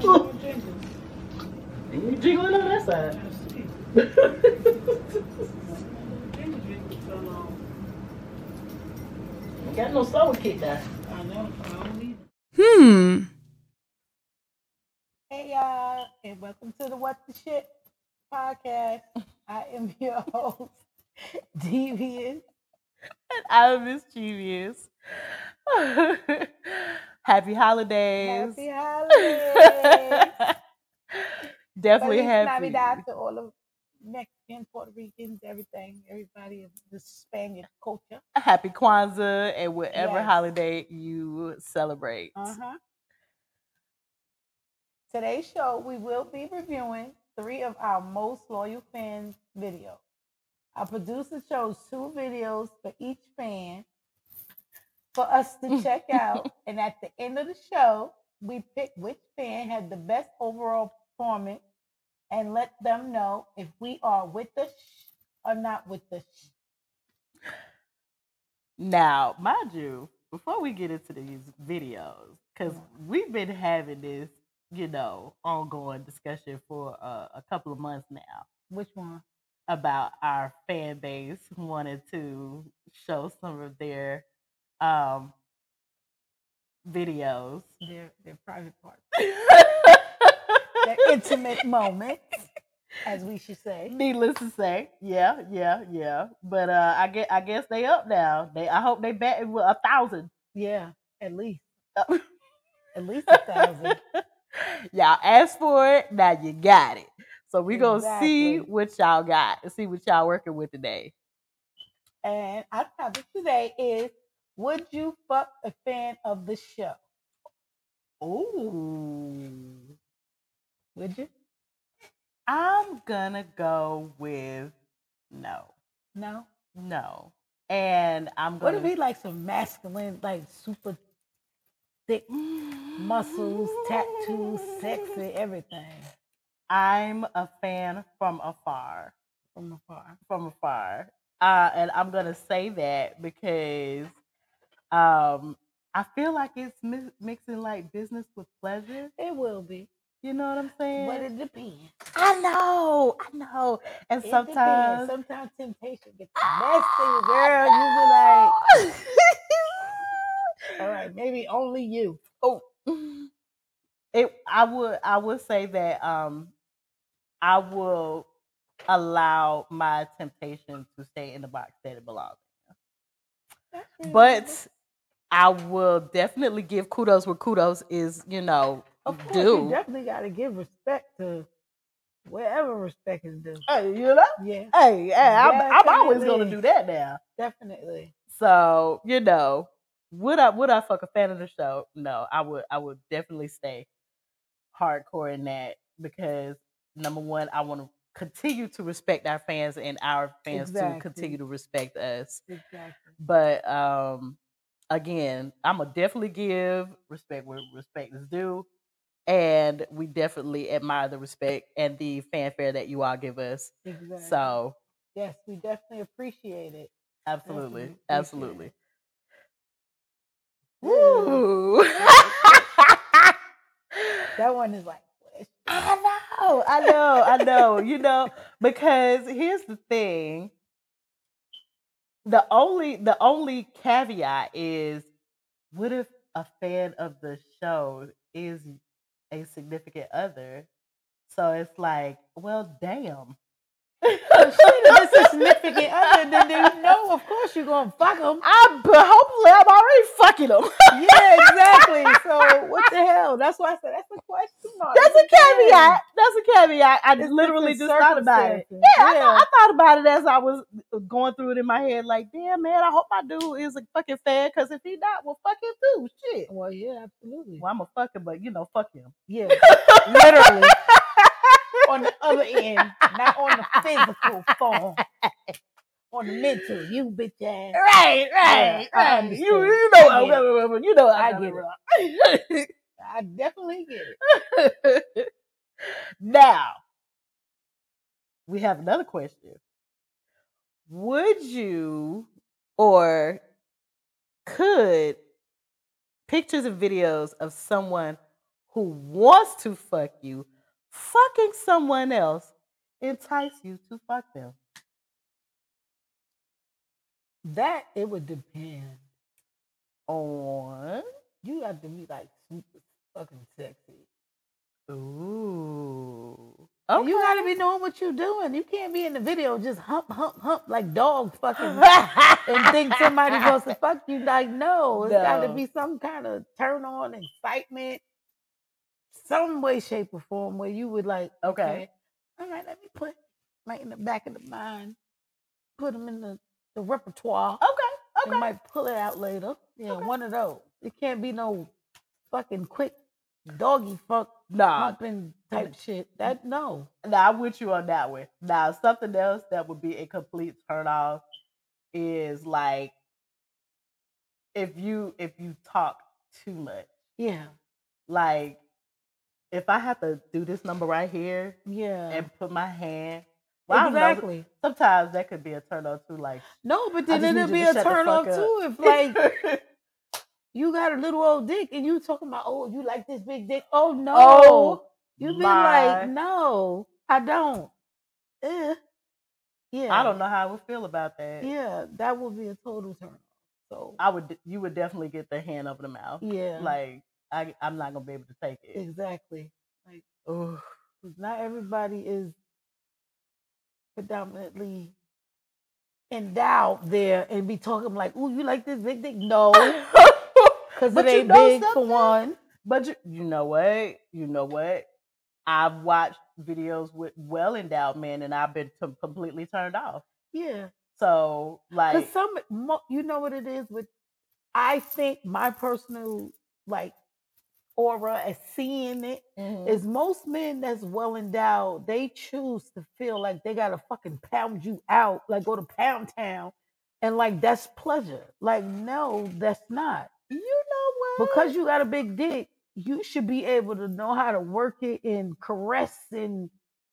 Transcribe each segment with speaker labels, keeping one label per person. Speaker 1: oh, hell? And you jiggling on that side. Ain't got no sour kick there.
Speaker 2: Hmm.
Speaker 3: Hey y'all, and welcome to the What the Shit podcast. I am your host, Devious.
Speaker 2: I'm mischievous. Happy holidays.
Speaker 3: Happy holidays.
Speaker 2: Definitely
Speaker 3: Feliz
Speaker 2: happy.
Speaker 3: Navidad to all of Mexican, Puerto Ricans, everything, everybody of the Spaniard culture.
Speaker 2: Happy Kwanzaa and whatever
Speaker 3: Yes.
Speaker 2: holiday you celebrate.
Speaker 3: Uh-huh. Today's show, we will be reviewing three of our most loyal fans' videos. Our producer chose two videos for each fan for us to check out. and at the end of the show, we pick which fan had the best overall performance and let them know if we are with the sh or not with the sh.
Speaker 2: Now, mind you, before we get into these videos, because we've been having this, you know, ongoing discussion for uh, a couple of months now.
Speaker 3: Which one?
Speaker 2: about our fan base wanted to show some of their um videos.
Speaker 3: Their, their private part. Their
Speaker 2: That's
Speaker 3: intimate moments, as we should say.
Speaker 2: Needless to say, yeah, yeah, yeah. But uh I get I guess they up now. They I hope they bet with a thousand.
Speaker 3: Yeah, at least.
Speaker 2: Uh,
Speaker 3: At least a thousand.
Speaker 2: y'all asked for it, now you got it. So we gonna see
Speaker 3: Exactly.
Speaker 2: what y'all got and see what y'all working with today.
Speaker 3: And our topic today is Would you fuck a fan of the show?
Speaker 2: Ooh.
Speaker 3: Would you?
Speaker 2: I'm gonna go with no,
Speaker 3: No.
Speaker 2: no, and I'm
Speaker 3: What
Speaker 2: gonna
Speaker 3: if he like some masculine, like super thick
Speaker 2: Mm.
Speaker 3: muscles, tattoos, sexy, everything
Speaker 2: I'm a fan from afar,
Speaker 3: from afar?
Speaker 2: from afar, uh, and I'm gonna say that because um, I feel like it's mi- mixing like business with pleasure.
Speaker 3: It will be.
Speaker 2: You know what I'm saying?
Speaker 3: But it depends.
Speaker 2: I know, I know, and
Speaker 3: It depends.
Speaker 2: sometimes
Speaker 3: Sometimes temptation gets messy, girl. You be like, all right, maybe only you.
Speaker 2: Oh, it. I would. I would say that. Um, I will allow my temptation to stay in the box that it belongs.
Speaker 3: That's
Speaker 2: in.
Speaker 3: reasonable.
Speaker 2: But I will definitely give kudos where kudos is. You know,
Speaker 3: Of course, you
Speaker 2: due.
Speaker 3: definitely got to give respect to wherever respect is due.
Speaker 2: Hey, you know.
Speaker 3: Yeah,
Speaker 2: Hey, hey I'm, I'm always gonna
Speaker 3: Definitely.
Speaker 2: do that now.
Speaker 3: definitely.
Speaker 2: So you know, would I would I fuck a fan of the show? No, I would I would definitely stay hardcore in that because number one, I want to continue to respect our fans and our fans
Speaker 3: Exactly.
Speaker 2: to continue to respect us.
Speaker 3: Exactly.
Speaker 2: But um again, I'm gonna definitely give respect where respect is due. And we definitely admire the respect and the fanfare that you all give us.
Speaker 3: Exactly.
Speaker 2: So
Speaker 3: yes, we definitely appreciate it.
Speaker 2: absolutely,
Speaker 3: Definitely appreciate it.
Speaker 2: absolutely.
Speaker 3: Ooh,
Speaker 2: Woo!
Speaker 3: that one is like, what?
Speaker 2: I know, Oh, I know, I know, you know, because here's the thing. The only the only caveat is what if a fan of the show is a significant other? So it's like, well, damn.
Speaker 3: If it's a significant other, then they know, of course, you're gonna fuck them.
Speaker 2: I'm but hopefully I'm already fucking them.
Speaker 3: Yeah, exactly. So what the hell? That's why I said that's a question mark.
Speaker 2: That's
Speaker 3: It
Speaker 2: a caveat.
Speaker 3: depends.
Speaker 2: That's a caveat. I
Speaker 3: It's
Speaker 2: literally just
Speaker 3: different
Speaker 2: thought about it.
Speaker 3: circumstances.
Speaker 2: Yeah, I, thought, I thought about it as I was going through it in my head. Like, damn, man, I hope my dude is a fucking fan. Because if he not, well, fuck him too. Shit.
Speaker 3: Well, yeah, absolutely.
Speaker 2: Well, I'm a fucking, but you know, fuck him.
Speaker 3: Yeah, literally on the other end, not on the physical form, on the mental. You bitch ass.
Speaker 2: Right,
Speaker 3: right, right.
Speaker 2: You,
Speaker 3: You-
Speaker 2: you
Speaker 3: you
Speaker 2: know,
Speaker 3: know
Speaker 2: I
Speaker 3: I'm
Speaker 2: get it. you know, I
Speaker 3: I'm
Speaker 2: get
Speaker 3: wrong.
Speaker 2: it.
Speaker 3: I definitely get it.
Speaker 2: now, we have another question. Would you or could pictures and videos of someone who wants to fuck you fucking someone else entice you to fuck them.
Speaker 3: That it would depend.
Speaker 2: On
Speaker 3: You have to be like super fucking sexy.
Speaker 2: ooh.
Speaker 3: And
Speaker 2: Okay.
Speaker 3: You gotta be knowing what you're doing. You can't be in the video just hump, hump, hump like dog fucking and think somebody wants to fuck you. Like, no, it's gotta
Speaker 2: No.
Speaker 3: be some kind of turn on, excitement, some way, shape, or form where you would like,
Speaker 2: Okay.
Speaker 3: all right, let me put like in the back of the mind, put them in the, the repertoire.
Speaker 2: Okay.
Speaker 3: You
Speaker 2: Oh, Okay.
Speaker 3: might pull it out later. Yeah,
Speaker 2: Okay.
Speaker 3: one of those. It can't be no fucking quick doggy fuck
Speaker 2: Nah,
Speaker 3: humping type shit. That no.
Speaker 2: Now I'm with you on that one. Now something else that would be a complete turn off is like if you if you talk too much.
Speaker 3: Yeah.
Speaker 2: Like if I have to do this number right here
Speaker 3: Yeah.
Speaker 2: and put my hand well, I don't know,
Speaker 3: Uh-huh. exactly.
Speaker 2: sometimes that could be a turn off too. Like
Speaker 3: No, but then
Speaker 2: just
Speaker 3: it'll
Speaker 2: need you to
Speaker 3: be a
Speaker 2: shut the
Speaker 3: turn off
Speaker 2: fuck up.
Speaker 3: too if like you got a little old dick and you talking about oh you like this big dick. Oh no.
Speaker 2: oh
Speaker 3: you be
Speaker 2: my-
Speaker 3: like, no, I don't. Eh. Yeah.
Speaker 2: I don't know how I would feel about that.
Speaker 3: Yeah, that would be a total turn off. So
Speaker 2: I would you would definitely get the hand over the mouth.
Speaker 3: yeah.
Speaker 2: Like I I'm not gonna be able to take it.
Speaker 3: exactly.
Speaker 2: Ugh.
Speaker 3: 'Cause not everybody is predominantly endowed there and be talking like, ooh, you like this big dick? No. Because
Speaker 2: But
Speaker 3: it
Speaker 2: you
Speaker 3: ain't
Speaker 2: know
Speaker 3: big for
Speaker 2: something?
Speaker 3: one.
Speaker 2: But you, you know what? You know what? I've watched videos with well endowed men, and I've been com- completely turned off.
Speaker 3: Yeah.
Speaker 2: So
Speaker 3: Cause
Speaker 2: like,
Speaker 3: some, mo- you know what it is, but I think my personal like aura as seeing it
Speaker 2: mhm.
Speaker 3: is most men that's well endowed. They choose to feel like they gotta fucking pound you out, like go to Pound Town, and like that's pleasure. Like no, that's not
Speaker 2: you know what?
Speaker 3: because you got a big dick. You should be able to know how to work it and caress and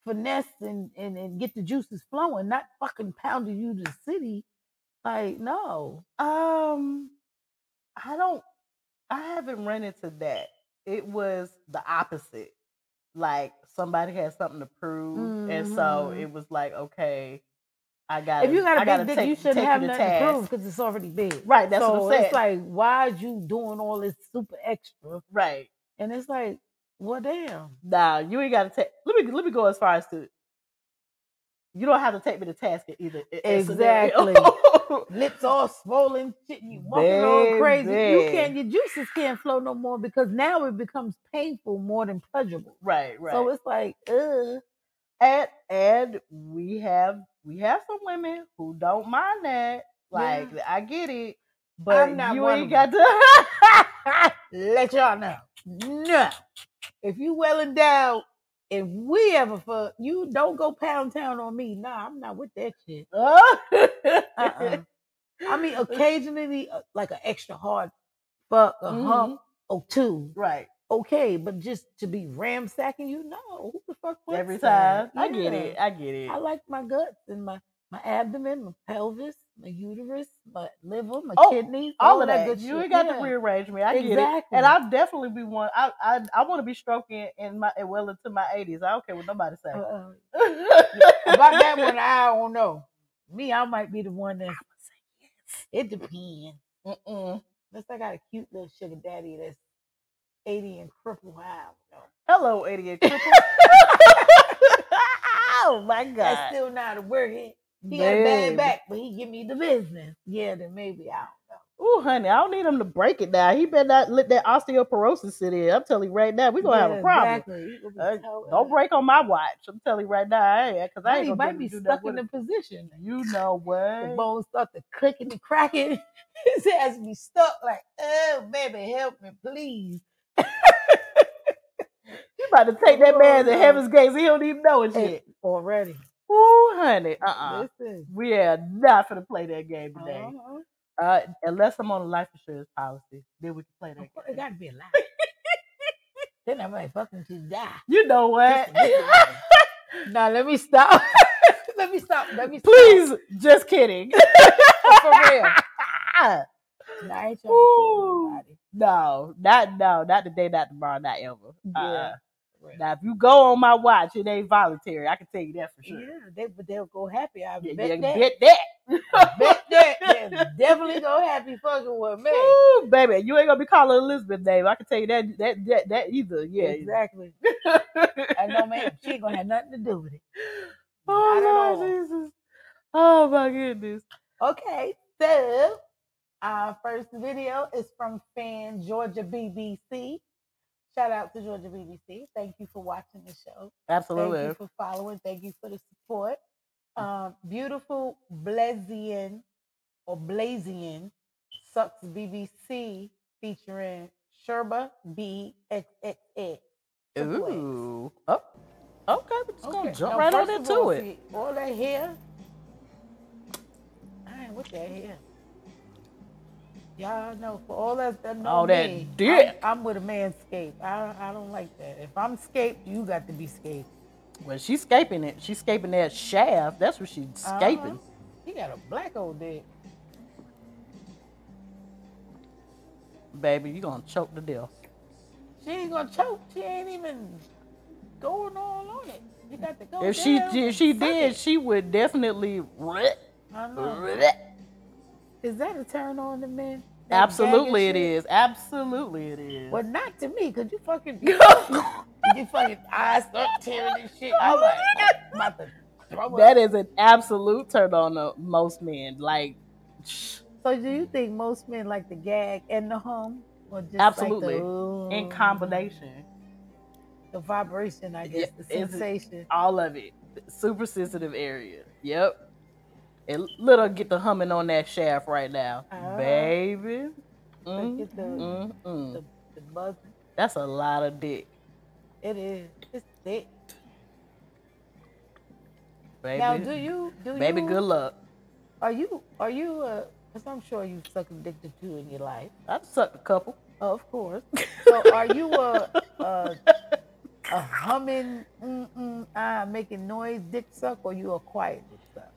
Speaker 3: finesse and and, and get the juices flowing, not fucking pounding you to the city. Like no,
Speaker 2: um, I don't. I haven't run into that. It was the opposite. Like somebody had something to prove, and so
Speaker 3: Mhm.
Speaker 2: it was like, okay, I got.
Speaker 3: if you got a
Speaker 2: I gotta
Speaker 3: big dick,
Speaker 2: take,
Speaker 3: you shouldn't
Speaker 2: take
Speaker 3: have
Speaker 2: you to
Speaker 3: nothing to
Speaker 2: task.
Speaker 3: prove because it's already big.
Speaker 2: Right. That's
Speaker 3: so
Speaker 2: what I'm saying.
Speaker 3: it's like, why is you doing all this super extra?
Speaker 2: right.
Speaker 3: And it's like, well, damn.
Speaker 2: Nah, you ain't gotta take. Let me let me go as far as to. You don't have to take me to task in either. i- in scenario.
Speaker 3: Lips all swollen, shit. You walking all crazy. You
Speaker 2: Baby.
Speaker 3: can't. Your juices can't flow no more because now it becomes painful more than pleasurable.
Speaker 2: right, right.
Speaker 3: So it's like, uh,
Speaker 2: and and we have we have some women who don't mind that. Like I get it, but
Speaker 3: I'm not
Speaker 2: you
Speaker 3: one
Speaker 2: ain't got
Speaker 3: of
Speaker 2: to.
Speaker 3: let y'all know. No, if you well endowed, if we ever fuck, you don't go pound town on me. Nah, I'm not with that shit. Uh-uh. I mean, occasionally, uh, like an extra hard fuck, a hump or two,
Speaker 2: Right.
Speaker 3: okay, but just to be ramsacking you, no, who the fuck wants
Speaker 2: Every time.
Speaker 3: that?
Speaker 2: I get
Speaker 3: Yeah.
Speaker 2: it. I get it.
Speaker 3: I like my guts and my my abdomen, my pelvis, my uterus, my liver, my
Speaker 2: Oh,
Speaker 3: kidneys,
Speaker 2: all of that.
Speaker 3: good
Speaker 2: you
Speaker 3: shit.
Speaker 2: ain't got
Speaker 3: Yeah.
Speaker 2: to rearrange me. I get it.
Speaker 3: exactly.
Speaker 2: And I definitely be one. I I, I want to be stroking in my well into my eighties. I don't care what nobody say.
Speaker 3: Uh-uh. about that one, I don't know. Me, I might be the one that it depends.
Speaker 2: Mm-mm.
Speaker 3: Unless I got a cute little sugar daddy that's eighty and crippled, I don't know.
Speaker 2: Hello, idiot. cripple. oh my
Speaker 3: That's
Speaker 2: god.
Speaker 3: still not a word. He, he got a
Speaker 2: Babe.
Speaker 3: bad back, but he give me the business. Yeah, then maybe I
Speaker 2: Ooh, honey, I don't need him to break it down. He better not let that osteoporosis sit in. I'm telling you right now, we're
Speaker 3: don't.
Speaker 2: gonna
Speaker 3: yeah,
Speaker 2: have a problem.
Speaker 3: Exactly. He gonna be
Speaker 2: Uh,
Speaker 3: towing
Speaker 2: don't
Speaker 3: it.
Speaker 2: break on my watch. I'm telling you right now, I ain't, cause I
Speaker 3: Now
Speaker 2: ain't
Speaker 3: he
Speaker 2: gonna be
Speaker 3: might be
Speaker 2: able to do that
Speaker 3: stuck
Speaker 2: with
Speaker 3: in the
Speaker 2: him.
Speaker 3: position.
Speaker 2: You know
Speaker 3: The
Speaker 2: what?
Speaker 3: bones start to click and cracking. His ass be stuck like, oh baby, help me, please.
Speaker 2: You about to take that man to
Speaker 3: Lord.
Speaker 2: heaven's gates. He don't even know it
Speaker 3: And
Speaker 2: yet.
Speaker 3: already.
Speaker 2: Ooh, honey. Uh-uh.
Speaker 3: Listen.
Speaker 2: We are not gonna play that game today.
Speaker 3: Uh-huh.
Speaker 2: Uh, unless I'm on a life insurance policy, then we can play
Speaker 3: Of course,
Speaker 2: that game.
Speaker 3: It gotta be alive. then I might fucking just die.
Speaker 2: You know what?
Speaker 3: Just to get alive. nah, let me stop. let me stop. Let me stop.
Speaker 2: Please, just kidding.
Speaker 3: For real. Nah, I ain't trying to kill
Speaker 2: Ooh.
Speaker 3: nobody.
Speaker 2: No, not no, not today, not tomorrow, not ever.
Speaker 3: Yeah.
Speaker 2: Uh-uh.
Speaker 1: Right.
Speaker 2: Now, if you go on my watch, it ain't voluntary. I can tell you that for sure.
Speaker 3: Yeah, they but they'll go happy. I
Speaker 2: Yeah,
Speaker 3: bet
Speaker 2: yeah,
Speaker 3: that.
Speaker 2: bet that.
Speaker 3: Bet that. They'll definitely go happy fucking with me.
Speaker 2: Ooh, baby, you ain't gonna be calling Elizabeth name. I can tell you that that that, that either. Oh, Yeah.
Speaker 3: Exactly. I know, ma'am. She ain't gonna have nothing to do with it. Not at
Speaker 2: oh
Speaker 3: all.
Speaker 2: Lord Jesus. Oh my goodness.
Speaker 3: Okay, so our first video is from fan Georgia BBC. Shout out to Georgia BBC. Thank you for watching the show. Thank you
Speaker 2: Absolutely. Mm.
Speaker 3: for following. Thank you for the support. Um, beautiful Blazian or Blazian Sucks BBC featuring Sherba BXXX. Triple X.
Speaker 2: Ooh. Oh. Okay, we're just gonna jump
Speaker 3: now,
Speaker 2: right on
Speaker 3: first of
Speaker 2: into
Speaker 3: all,
Speaker 2: it.
Speaker 3: see, all that hair. I ain't with that hair. Y'all know for all that that know
Speaker 2: All that
Speaker 3: me,
Speaker 2: dick.
Speaker 3: I'm, I'm with a manscape. I I don't like that. If I'm scaped, you got to be scaped.
Speaker 2: Well, she's scaping it. She's scaping that shaft. That's what she's
Speaker 3: Uh-huh.
Speaker 2: scaping.
Speaker 3: He got a black old dick.
Speaker 2: Baby, you gonna choke the deal.
Speaker 3: She ain't gonna choke. She ain't even going all on it. You got to go.
Speaker 2: If she
Speaker 3: down.
Speaker 2: if she
Speaker 3: Fuck
Speaker 2: did,
Speaker 3: Oh, it. Oh,
Speaker 2: she would definitely
Speaker 3: I know. Is that a turn on to men? That
Speaker 2: Absolutely it
Speaker 3: gagging shit?
Speaker 2: is. Absolutely it is.
Speaker 3: Well, not to me, cause you fucking you fucking eyes start tearing and shit. I'm like, I'm about to throw
Speaker 2: that
Speaker 3: up.
Speaker 2: is an absolute turn on to most men. Like shh,
Speaker 3: So, do you think most men like the gag and the hum, or just
Speaker 2: absolutely.
Speaker 3: like the, "Ooh,"
Speaker 2: In combination.
Speaker 3: the vibration? I guess
Speaker 2: Yeah,
Speaker 3: the
Speaker 2: is it-
Speaker 3: sensation.
Speaker 2: All of it. Super sensitive area. Yep. And little get the humming on that shaft right now.
Speaker 3: Ah.
Speaker 2: Baby. Mm,
Speaker 3: Look at the,
Speaker 2: mm, mm.
Speaker 3: the the buzz.
Speaker 2: That's a lot of dick.
Speaker 3: It is. It's thick.
Speaker 2: Baby.
Speaker 3: Now, do you do
Speaker 2: baby,
Speaker 3: you
Speaker 2: good luck.
Speaker 3: are you are you? uh 'cause I'm sure you suck addicted to in your life.
Speaker 2: I sucked a couple.
Speaker 3: Of course. So are you a a, a humming, mm, mm, ah, making noise dick suck, or you a quiet dick suck?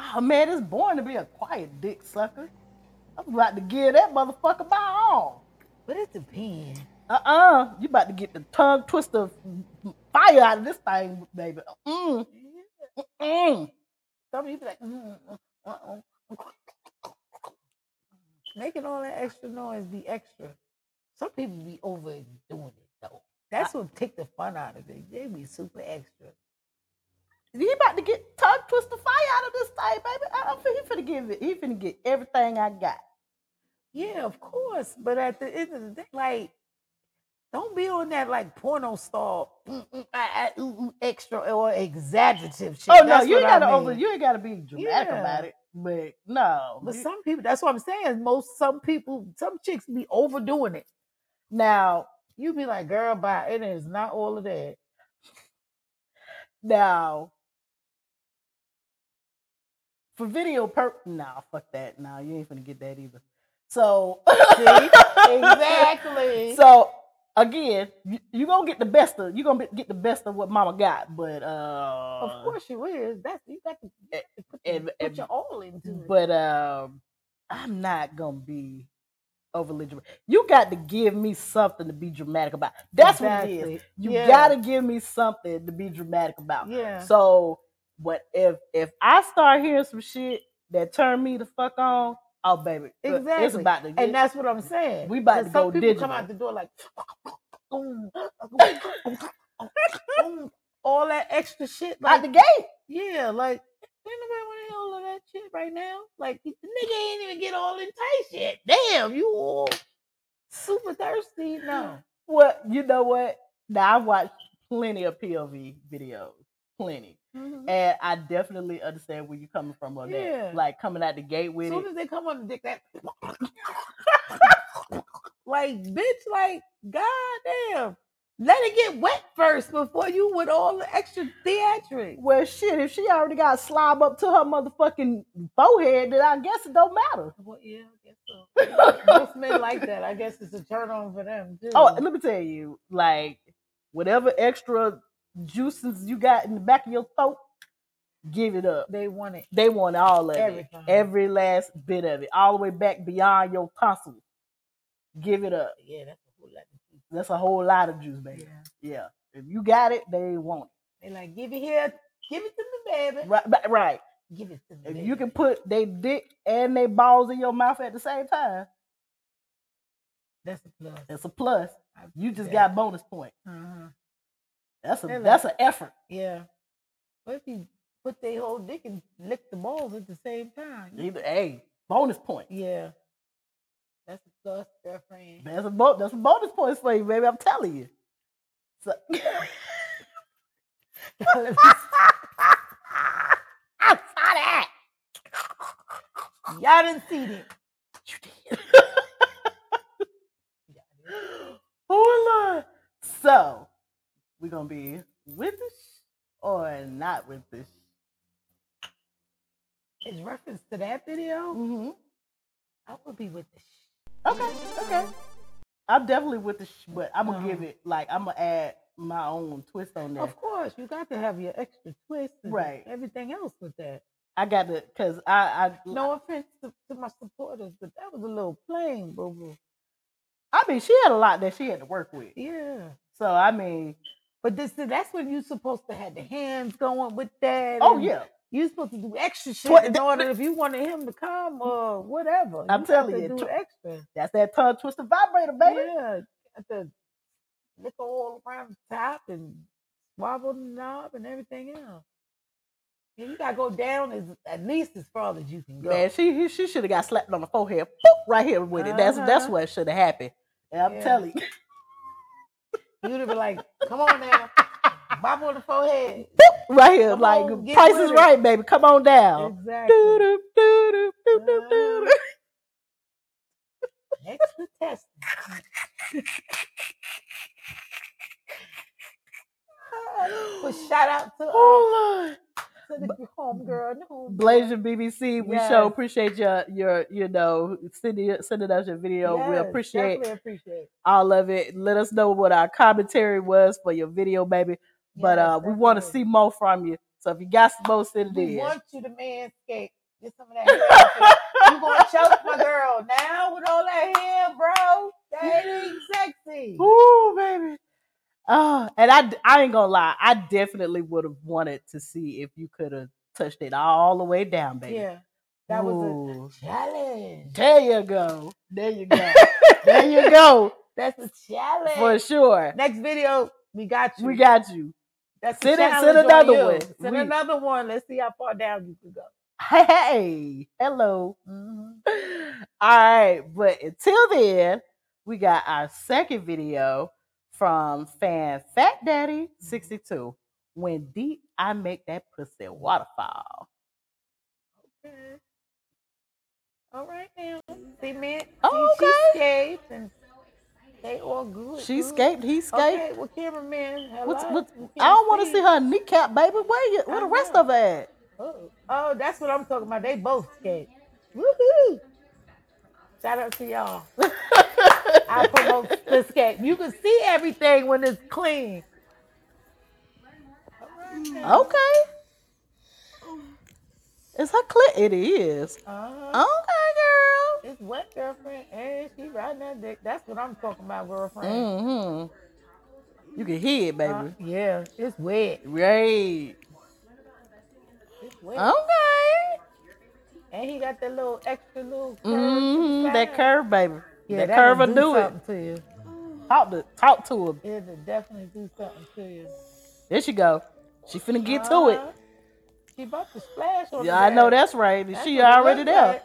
Speaker 2: Oh man, it's born to be a quiet dick sucker. I'm about to give that motherfucker my all.
Speaker 3: But it depends.
Speaker 2: Uh-uh. You about to get the tongue twister of fire out of this thing, baby. Mm, mm.
Speaker 3: Some of you be like, mm, uh, uh, making all that extra noise be extra. Some people be overdoing it though. That's what take the fun out of it. They be super extra.
Speaker 2: You about to get tongue twister fire out of this thing, baby. I, I'm finna, he finna give it. He finna get everything I got.
Speaker 3: Yeah, of course. But at the end of the day, like, don't be on that like porno star mm, mm, ah, ah, ooh, ooh, extra or exaggerative shit.
Speaker 2: Oh no,
Speaker 3: That's
Speaker 2: you
Speaker 3: what
Speaker 2: ain't gotta
Speaker 3: I
Speaker 2: over
Speaker 3: mean.
Speaker 2: you ain't gotta be dramatic
Speaker 3: Yeah.
Speaker 2: about it. But no.
Speaker 3: But
Speaker 2: You-
Speaker 3: some people, that's what I'm saying. Most some people, some chicks be overdoing it.
Speaker 2: now
Speaker 3: You be like, girl, bye. It is not all of that.
Speaker 2: Now, for video per nah, fuck that. Nah, you ain't finna get that either. So
Speaker 3: See? exactly.
Speaker 2: so again, you, you gonna get the best of you gonna be, get the best of what Mama got, but uh,
Speaker 3: of course you is. That's you got to,
Speaker 2: eh,
Speaker 3: to put,
Speaker 2: eh,
Speaker 3: put
Speaker 2: eh,
Speaker 3: your all into it.
Speaker 2: but um, I'm not gonna be overly dramatic. You got to give me something to be dramatic about. That's what it is.
Speaker 3: Exactly.
Speaker 2: You
Speaker 3: Yeah.
Speaker 2: gotta give me something to be dramatic about.
Speaker 3: Yeah.
Speaker 2: So, what if if I start hearing some shit that turn me the fuck on? Oh, baby, uh,
Speaker 3: Exactly.
Speaker 2: it's about to get.
Speaker 3: And that's what I'm saying.
Speaker 2: We 'bout
Speaker 3: Because
Speaker 2: to
Speaker 3: some
Speaker 2: go
Speaker 3: people
Speaker 2: digital.
Speaker 3: come out the door like boom, boom, all that extra shit.
Speaker 2: out
Speaker 3: Like
Speaker 2: the gate.
Speaker 3: yeah, like ain't nobody want to hear all of that shit right now. Like the nigga ain't even get all in tight shit. Damn, you all super thirsty. No.
Speaker 2: Well, you know what? Now I watched plenty of POV videos, plenty, and I definitely understand where you're coming from on
Speaker 3: Mm-hmm. Yeah.
Speaker 2: that. Like coming out the gate
Speaker 3: As
Speaker 2: with
Speaker 3: soon
Speaker 2: it.
Speaker 3: as they come on the dick, that like bitch, like goddamn. Let it get wet first before you with all the extra theatrics.
Speaker 2: Well, shit, if she already got slob up to her motherfucking forehead, then I guess it don't matter.
Speaker 3: Well, yeah, I guess so. Most men like that. I guess it's a turn on for them too.
Speaker 2: Oh, let me tell you, like whatever extra juices you got in the back of your throat, give it up.
Speaker 3: they want it.
Speaker 2: They want all of it,
Speaker 3: Everything.
Speaker 2: every last bit of it, all the way back beyond your tonsil. give it up.
Speaker 1: Yeah, that's a whole
Speaker 2: That's a whole lot
Speaker 1: lot of juice.
Speaker 2: of juice, baby.
Speaker 3: Yeah.
Speaker 2: Yeah. If you got it, they want
Speaker 3: They like, give it here, give it to me, baby.
Speaker 2: it. Right. but- right.
Speaker 3: Give it to me.
Speaker 2: If
Speaker 3: baby.
Speaker 2: you can put they dick and they balls in your mouth at the same time,
Speaker 3: that's a plus.
Speaker 2: that's a plus. You just
Speaker 3: Yeah.
Speaker 2: got bonus point.
Speaker 3: Uh-huh.
Speaker 2: That's a
Speaker 3: They're
Speaker 2: that's an effort.
Speaker 3: Yeah. What if you put their whole dick and lick the balls at the same time?
Speaker 2: Either hey, bonus point.
Speaker 3: Yeah. That's a plus, girlfriend.
Speaker 2: That's a bo- that's a bonus point for you, baby. I'm telling you. So, I'm tired of that.
Speaker 3: Y'all done seen it.
Speaker 2: Oh Lord. So we're gonna be with this or not with this.
Speaker 3: In reference to that video,
Speaker 2: Mm-hmm.
Speaker 3: I would be with the sh-
Speaker 2: Okay, okay. I'm definitely with the, sh- but I'm gonna
Speaker 3: Uh-huh.
Speaker 2: give it like I'm gonna add my own twist on that.
Speaker 3: Of course, you got to have your extra twist and
Speaker 2: Right.
Speaker 3: everything else with that.
Speaker 2: I got to, cause I, I,
Speaker 3: No offense to, to my supporters, but that was a little plain, boo boo.
Speaker 2: I mean, she had a lot that she had to work with.
Speaker 3: Yeah.
Speaker 2: So I mean,
Speaker 3: But this that's when you're supposed to have the hands going with that.
Speaker 2: oh
Speaker 3: and
Speaker 2: yeah,
Speaker 3: You're supposed to do extra shit
Speaker 2: Twi-
Speaker 3: in order if you wanted him to come or whatever.
Speaker 2: I'm
Speaker 3: you
Speaker 2: telling
Speaker 3: supposed
Speaker 2: you,
Speaker 3: to do
Speaker 2: tw-
Speaker 3: extra.
Speaker 2: that's that tongue twister vibrator, baby.
Speaker 3: Yeah, got the lick all around the top and wobble the knob and everything else. And you gotta go down as at least as far as you can go.
Speaker 2: Man, she he- she should have got slapped on the forehead, boop, right here with it. That's that's
Speaker 3: Uh-huh.
Speaker 2: what should have happened. And I'm
Speaker 3: Yeah.
Speaker 2: telling you,
Speaker 3: You'd have been like, "Come on now, bobble on the forehead."
Speaker 2: right here,
Speaker 3: Come
Speaker 2: like
Speaker 3: on, get
Speaker 2: Price
Speaker 3: with
Speaker 2: is
Speaker 3: it.
Speaker 2: Right, baby. Come on down.
Speaker 3: Exactly.
Speaker 2: Doo-doo, doo-doo, doo-doo, doo-doo.
Speaker 3: Extra test. But shout out to, uh,
Speaker 2: Oh Lord.
Speaker 3: to the homegirl and the homeboy.
Speaker 2: Blazing BBC, we
Speaker 3: Yes.
Speaker 2: so appreciate your your you know sending sending us your video. we
Speaker 3: Yes,
Speaker 2: appreciate
Speaker 3: definitely appreciate.
Speaker 2: all of it. Let us know what our commentary was for your video, baby. But
Speaker 3: Yes,
Speaker 2: uh, we want to
Speaker 3: definitely.
Speaker 2: see more from you. So if you got some more, send it
Speaker 3: We
Speaker 2: in.
Speaker 3: want you to manscape. Get some of that. hair. you gonna choke my girl now with all that hair, bro? That ain't sexy.
Speaker 2: Ooh, baby. Oh, and I, I ain't gonna lie. I definitely would have wanted to see if you could have touched it all the way down, baby.
Speaker 3: Yeah, that was
Speaker 2: Ooh.
Speaker 3: a challenge.
Speaker 2: There you go.
Speaker 3: There you go.
Speaker 2: There you go.
Speaker 3: That's a
Speaker 2: For
Speaker 3: challenge.
Speaker 2: sure.
Speaker 3: Next video, we got you.
Speaker 2: We got you.
Speaker 3: That's
Speaker 2: Send it-
Speaker 3: a
Speaker 2: send
Speaker 3: challenge on
Speaker 2: another
Speaker 3: you.
Speaker 2: one.
Speaker 3: Send
Speaker 2: We-
Speaker 3: another one. Let's see how far down you can go.
Speaker 2: Hey, hello.
Speaker 3: Mhm.
Speaker 2: All right, but until then, we got our second video from fan Fat Daddy 62. When deep I make that pussy waterfall.
Speaker 3: Okay. Mm-hmm. All right now. See, man.
Speaker 2: Oh,
Speaker 3: she,
Speaker 2: okay.
Speaker 3: she escaped and they all good.
Speaker 2: She
Speaker 3: good.
Speaker 2: escaped, he escaped.
Speaker 3: Okay, well, cameraman, hello.
Speaker 2: What's, what's,
Speaker 3: We
Speaker 2: I don't want to
Speaker 3: can't
Speaker 2: see her kneecap, baby. Where you? Where
Speaker 3: I
Speaker 2: the rest
Speaker 3: know.
Speaker 2: of her at?
Speaker 3: Oh, oh, that's what I'm talking about. They both escaped. Woohoo! Shout out to y'all. I promote the escape. You can see everything when it's clean. All right now.
Speaker 2: Okay. Is her clit? It is.
Speaker 3: Uh-huh.
Speaker 2: Okay, girl.
Speaker 3: It's wet, girlfriend, and she riding that dick. That's what I'm talking about, girlfriend.
Speaker 2: hmm Mm-hmm. You can hear it,
Speaker 3: Uh,
Speaker 2: baby.
Speaker 3: yeah, it's wet.
Speaker 2: Right.
Speaker 3: It's wet.
Speaker 2: Oh. Okay.
Speaker 3: And he got that little extra little curve. to the
Speaker 2: Mm-hmm. That
Speaker 3: side.
Speaker 2: curve, baby.
Speaker 3: Yeah,
Speaker 2: that curve will
Speaker 3: that'll
Speaker 2: do, it.
Speaker 3: something to you.
Speaker 2: Talk to talk to him.
Speaker 3: It'll definitely do something to you.
Speaker 2: There she go. She finna get to
Speaker 3: Uh-huh.
Speaker 2: it.
Speaker 3: She about to splash on
Speaker 2: Yeah, I
Speaker 3: the
Speaker 2: know
Speaker 3: gas.
Speaker 2: that's right.
Speaker 3: That's
Speaker 2: she
Speaker 3: what it
Speaker 2: already
Speaker 3: look
Speaker 2: there.
Speaker 3: like.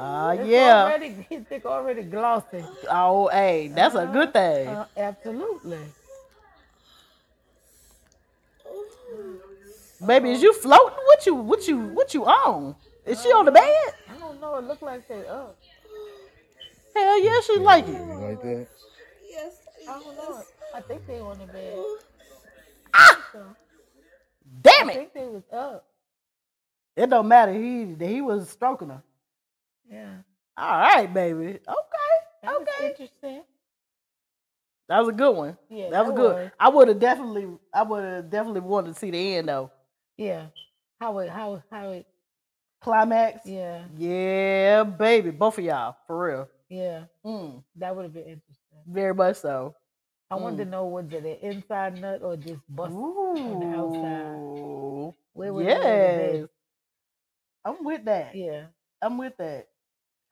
Speaker 2: Oh
Speaker 3: It's
Speaker 2: yeah.
Speaker 3: Already, his dick already glossy.
Speaker 2: Oh hey, that's a good thing.
Speaker 3: Uh, absolutely.
Speaker 2: baby, is you floating? What you what you what you on? Is she on the bed?
Speaker 3: I don't know. It looked like they up.
Speaker 2: Hell yeah, she like it.
Speaker 4: You like that?
Speaker 3: I don't know. I think they on the bed. So,
Speaker 2: Damn
Speaker 3: I
Speaker 2: it.
Speaker 3: think they was up.
Speaker 2: It don't matter. He he was stroking her.
Speaker 3: Yeah.
Speaker 2: All right, baby. Okay.
Speaker 3: That was
Speaker 2: Okay.
Speaker 3: interesting.
Speaker 2: That was a good one.
Speaker 3: Yeah,
Speaker 2: that was
Speaker 3: that
Speaker 2: good.
Speaker 3: was.
Speaker 2: I would have definitely, I would have definitely wanted to see the end though.
Speaker 3: Yeah. How it how how it
Speaker 2: Climax. Yeah.
Speaker 3: Yeah,
Speaker 2: baby. Both of y'all, for real.
Speaker 3: yeah.
Speaker 2: Mm,
Speaker 3: That would have been interesting.
Speaker 2: very much so.
Speaker 3: I wanted
Speaker 2: Mm.
Speaker 3: to know was it an inside nut or just bust?
Speaker 2: Ooh.
Speaker 3: Where was it? Where was
Speaker 2: Yes. I'm with that.
Speaker 3: it? Yeah,
Speaker 2: I'm with that.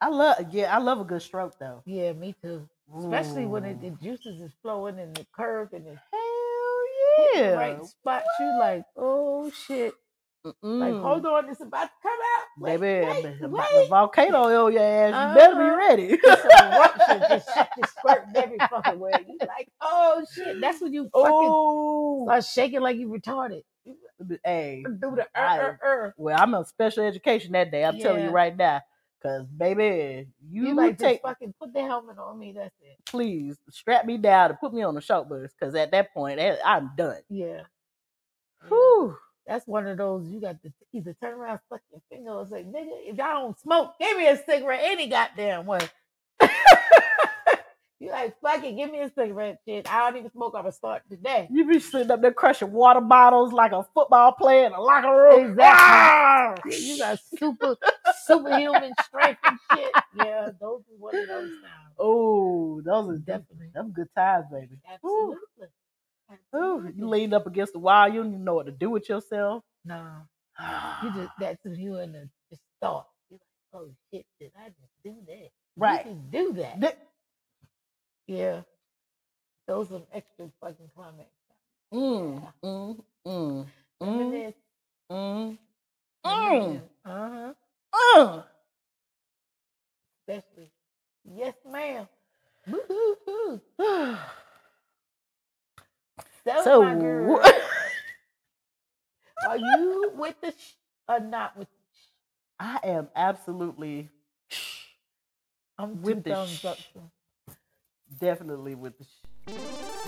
Speaker 2: I love yeah, I love a good stroke though.
Speaker 3: yeah. Me too. Especially when it,
Speaker 2: Ooh.
Speaker 3: the juices is flowing and the curve and it's
Speaker 2: Hell
Speaker 3: hit
Speaker 2: yeah.
Speaker 3: the right spot. You like, oh shit! Like,
Speaker 2: Mm-mm.
Speaker 3: hold on, it's about to come out. Wait,
Speaker 2: Mm. Baby,
Speaker 3: wait,
Speaker 2: b- b-
Speaker 3: wait.
Speaker 2: volcano oil your ass. You better
Speaker 3: Uh-huh.
Speaker 2: be ready.
Speaker 3: It's an eruption, just shit just squirting every fucking way. You like, oh shit! That's when you fucking
Speaker 2: Oh,
Speaker 3: start shaking like you retarded.
Speaker 2: hey.
Speaker 3: Do the uh,
Speaker 2: I-
Speaker 3: uh, uh.
Speaker 2: Well, I'm in special education that day. I'm telling you
Speaker 3: Yeah.
Speaker 2: right now, because baby, you,
Speaker 3: You like
Speaker 2: take
Speaker 3: just fucking put the helmet on me. That's it.
Speaker 2: please strap me down and put me on the show bus. Because at that point, eh, I'm done.
Speaker 3: Yeah. yeah.
Speaker 2: Whew.
Speaker 3: That's one of those you got to either turn around, suck your finger, or say, nigga, if y'all don't smoke, give me a cigarette, any goddamn one. you like, fuck it, give me a cigarette, shit. I don't even smoke, I'm gonna start today.
Speaker 2: You be sitting up there crushing water bottles like a football player in a locker room.
Speaker 3: Exactly.
Speaker 2: Ah!
Speaker 3: Yeah, you got super, superhuman strength and shit. Yeah, those are one of those times.
Speaker 2: Oh, those are them,
Speaker 3: Definitely.
Speaker 2: them good times, baby. Whew.
Speaker 3: Absolutely.
Speaker 2: Ooh, you
Speaker 3: Absolutely.
Speaker 2: leaned up against the wall. You don't even know what to do with yourself.
Speaker 3: No, you just, that's when you in the just thought. You're like, oh shit, did I just do that?
Speaker 2: Right.
Speaker 3: You just do that.
Speaker 2: Th-
Speaker 3: Yeah. Those are extra fucking comments.
Speaker 2: mm, mm, mm, mm,
Speaker 3: Reminisce,
Speaker 2: mm, mm,
Speaker 3: reminisce. Uh-huh.
Speaker 2: mm.
Speaker 3: Especially. Yes, ma'am. Woo-hoo-hoo.
Speaker 2: mm.
Speaker 3: So,
Speaker 2: So,
Speaker 3: Oh my girl, are you with the sh- or not with the sh-
Speaker 2: I am absolutely,
Speaker 3: I'm
Speaker 2: With
Speaker 3: two
Speaker 2: the
Speaker 3: thumbs up.
Speaker 2: sh-
Speaker 3: so-
Speaker 2: definitely with the sh-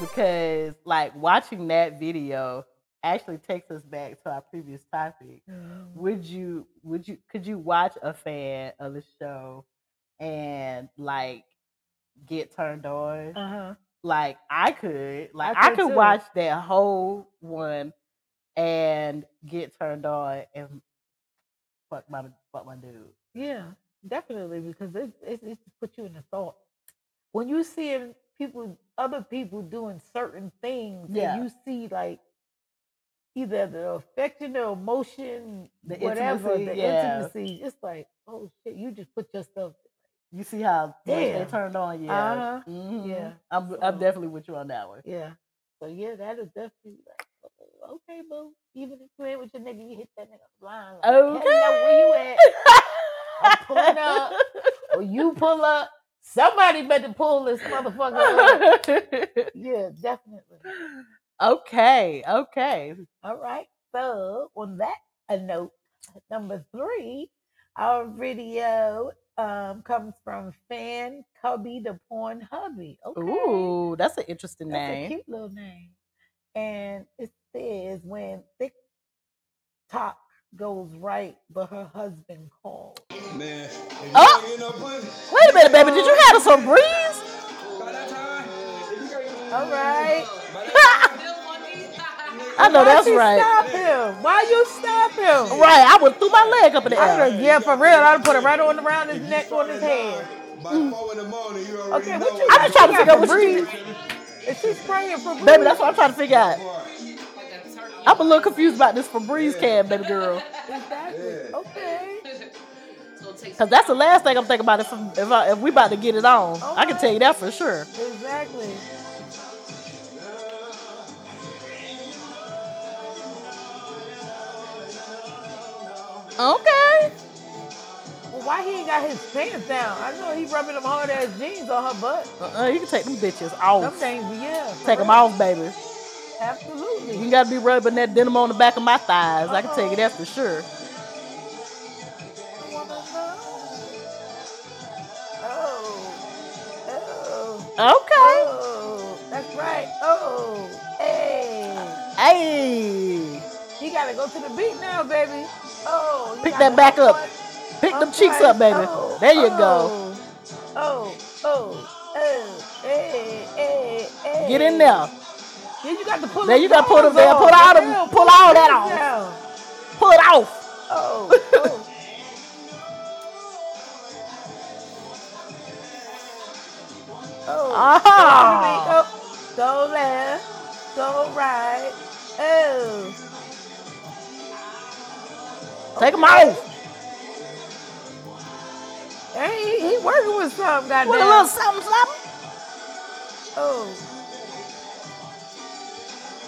Speaker 2: because, like, watching that video actually takes us back to our previous topic.
Speaker 3: Mm.
Speaker 2: Would you? Would you? Could you watch a fan of the show and like get turned on?
Speaker 3: Uh-huh.
Speaker 2: like I could, like
Speaker 3: I
Speaker 2: I,
Speaker 3: could
Speaker 2: could
Speaker 3: too.
Speaker 2: watch that whole one and get turned on and fuck my fuck my dude.
Speaker 3: Yeah, definitely, because it, it, it just puts you in the thought. When you seeing people, other people doing certain things,
Speaker 2: Yeah.
Speaker 3: and you see like either the affection, the emotion,
Speaker 2: The
Speaker 3: whatever,
Speaker 2: intimacy,
Speaker 3: the
Speaker 2: yeah.
Speaker 3: intimacy, it's like, oh shit, you just put yourself.
Speaker 2: You see how much they
Speaker 3: Damn.
Speaker 2: turned on? Yeah,
Speaker 3: Uh-huh.
Speaker 2: Mhm.
Speaker 3: Yeah.
Speaker 2: I'm
Speaker 3: So-
Speaker 2: I'm definitely with you on that one.
Speaker 3: Yeah. So yeah, that is definitely like, oh, okay, boo. Even if you ain't with your nigga, you hit that nigga blind. Like,
Speaker 2: Okay.
Speaker 3: okay. where you at? I'm pulling up, or you pull up. Somebody better pull this motherfucker up. Yeah, definitely.
Speaker 2: okay, okay.
Speaker 3: All right. So on that a note, number three, our video um comes from Fan Cubby the Porn Hubby. Okay.
Speaker 2: Ooh, that's an interesting
Speaker 3: That's a
Speaker 2: name.
Speaker 3: cute little name. And it says when thick talk goes right, but her husband calls.
Speaker 4: Man, if you
Speaker 2: Oh.
Speaker 4: ain't getting no pussy,
Speaker 2: Wait a minute, baby. Did you have some breeze?
Speaker 4: by that time, if you can't-
Speaker 3: All right.
Speaker 4: by that time,
Speaker 2: I know Mm. that's
Speaker 3: Why'd you
Speaker 2: right.
Speaker 3: Stop him. Why you stop him?
Speaker 2: Right, I would threw my leg up in the
Speaker 3: I
Speaker 2: air.
Speaker 3: would've- yeah, for real. I'd put it right on around his neck, on his head.
Speaker 4: by four in the morning, you already
Speaker 3: Okay,
Speaker 4: know
Speaker 3: what you?
Speaker 2: I was trying to figure out what you-
Speaker 3: Is she spraying for
Speaker 2: Baby, that's what I'm trying to figure out.
Speaker 4: you
Speaker 2: I'm a little confused about this Febreze can, baby girl.
Speaker 3: Exactly. Okay.
Speaker 2: Because that's the last thing I'm thinking about if, I'm- if, I, if we about to get it on. I can
Speaker 3: Okay.
Speaker 2: tell you that for sure.
Speaker 3: Exactly.
Speaker 2: Okay.
Speaker 3: Well, why he ain't got his pants down? I know he rubbing them hard ass jeans on her butt.
Speaker 2: Uh-uh, you can take them bitches
Speaker 3: Some
Speaker 2: off.
Speaker 3: things, yeah. for
Speaker 2: Take them
Speaker 3: real.
Speaker 2: off, baby. You ain't
Speaker 3: Absolutely.
Speaker 2: got to be rubbing that denim on the back of my thighs. I can tell you that for sure.
Speaker 3: Oh. Oh.
Speaker 2: Okay.
Speaker 3: Oh. That's right. Oh. Hey.
Speaker 2: Hey.
Speaker 3: He gotta go to the beat now, baby. Oh. you
Speaker 2: Pick
Speaker 3: gotta
Speaker 2: that back
Speaker 3: go
Speaker 2: up.
Speaker 3: for it.
Speaker 2: Pick them
Speaker 3: Upright.
Speaker 2: cheeks up, baby.
Speaker 3: Oh,
Speaker 2: There you go.
Speaker 3: Oh, oh, oh, oh, hey, hey, hey.
Speaker 2: Get in there.
Speaker 3: Then you got to pull
Speaker 2: Then
Speaker 3: them
Speaker 2: you gotta pull them
Speaker 3: toes
Speaker 2: down.
Speaker 3: off.
Speaker 2: Pull all
Speaker 3: For
Speaker 2: them-
Speaker 3: real,
Speaker 2: pull all that
Speaker 3: toes
Speaker 2: off.
Speaker 3: down.
Speaker 2: Pull it off.
Speaker 3: Oh, oh.
Speaker 2: Oh.
Speaker 3: Go, go left, go right. Oh,
Speaker 2: Take them off.
Speaker 3: hey, he working with something, goddamn.
Speaker 2: With a little something, something.
Speaker 3: Oh,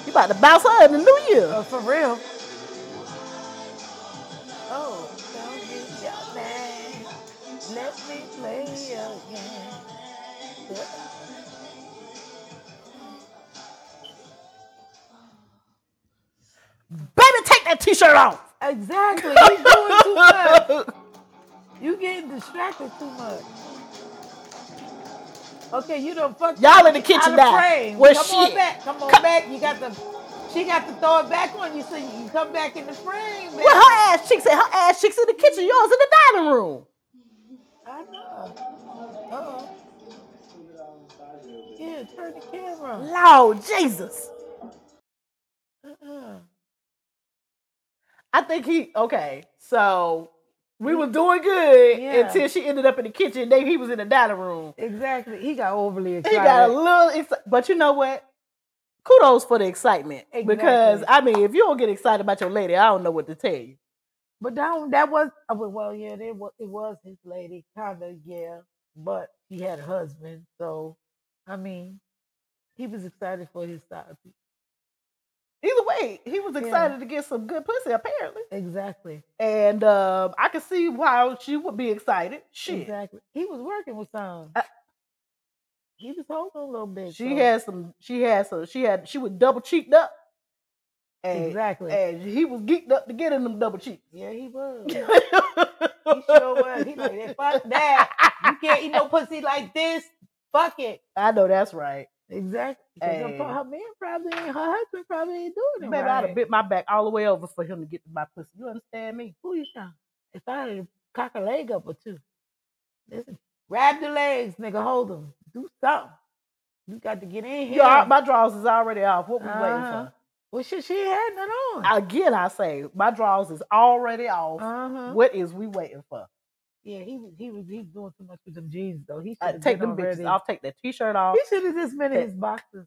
Speaker 2: You about to bounce her in the new year.
Speaker 3: oh, for real. Oh, don't get your man. Let me play again.
Speaker 2: Baby, take that t-shirt off.
Speaker 3: Exactly. He's doing too much. You getting distracted too much. Okay, you done fucked
Speaker 2: Y'all
Speaker 3: up.
Speaker 2: in the kitchen
Speaker 3: Out of
Speaker 2: now.
Speaker 3: frame.
Speaker 2: Well,
Speaker 3: come on
Speaker 2: shit.
Speaker 3: back. Come on
Speaker 2: Come-
Speaker 3: back. You got the. She got to throw it back on you so you can come back in the frame. Man.
Speaker 2: Well, her ass cheeks at her ass cheeks in the kitchen. Yours in the dining room.
Speaker 3: I know. Uh-oh. Yeah, turn the camera.
Speaker 2: Lord Jesus.
Speaker 3: Uh-uh.
Speaker 2: I think he okay. So we were doing good
Speaker 3: Yeah.
Speaker 2: until she ended up in the kitchen. Then he was in the dining room.
Speaker 3: Exactly. He got overly
Speaker 2: He
Speaker 3: excited.
Speaker 2: got a little, exci- but you know what? Kudos for the excitement because
Speaker 3: Exactly.
Speaker 2: I mean, if you don't get excited about your lady, I don't know what to tell you.
Speaker 3: But that that was uh, well, well, yeah, it was it was his lady, kind of, yeah. But he had a husband, so I mean, he was excited for his side piece.
Speaker 2: Either way, he was excited to get some good pussy apparently,
Speaker 3: Exactly,
Speaker 2: and um, I can see why she would be excited. Shit,
Speaker 3: exactly. He was working with some.
Speaker 2: I-
Speaker 3: he was holding a little bit.
Speaker 2: Uh she
Speaker 3: so-
Speaker 2: had some. She had some. She had. She was double cheeked up, and,
Speaker 3: exactly.
Speaker 2: and he was geeked up to get in them double cheeks.
Speaker 3: yeah, he was.
Speaker 2: he
Speaker 3: he sure was. He like that. Fuck that. You can't eat no pussy like this. Fuck it.
Speaker 2: I know that's right.
Speaker 3: Exactly. 'Cause her-
Speaker 2: Hey.
Speaker 3: Her man probably, ain't- her husband probably ain't doing it
Speaker 2: Baby, I'd
Speaker 3: right.
Speaker 2: have bit my back all the way over for him to get to my pussy. You understand me?
Speaker 3: Who you trying? If I had to cock a leg up or two, listen, grab the legs, nigga, hold them, do something. You got to get in here.
Speaker 2: Yo, I- my drawers is already off. What we
Speaker 3: Uh-huh. well, shit, she had none on.
Speaker 2: waiting for? Again, I say my drawers is already off.
Speaker 3: Uh-huh.
Speaker 2: What is we waiting for?
Speaker 3: Yeah, he was he was he was doing too much with them jeans though. He
Speaker 2: Uh,
Speaker 3: should
Speaker 2: take them bitches off. Take that t-shirt off.
Speaker 3: He should have just been in his boxes,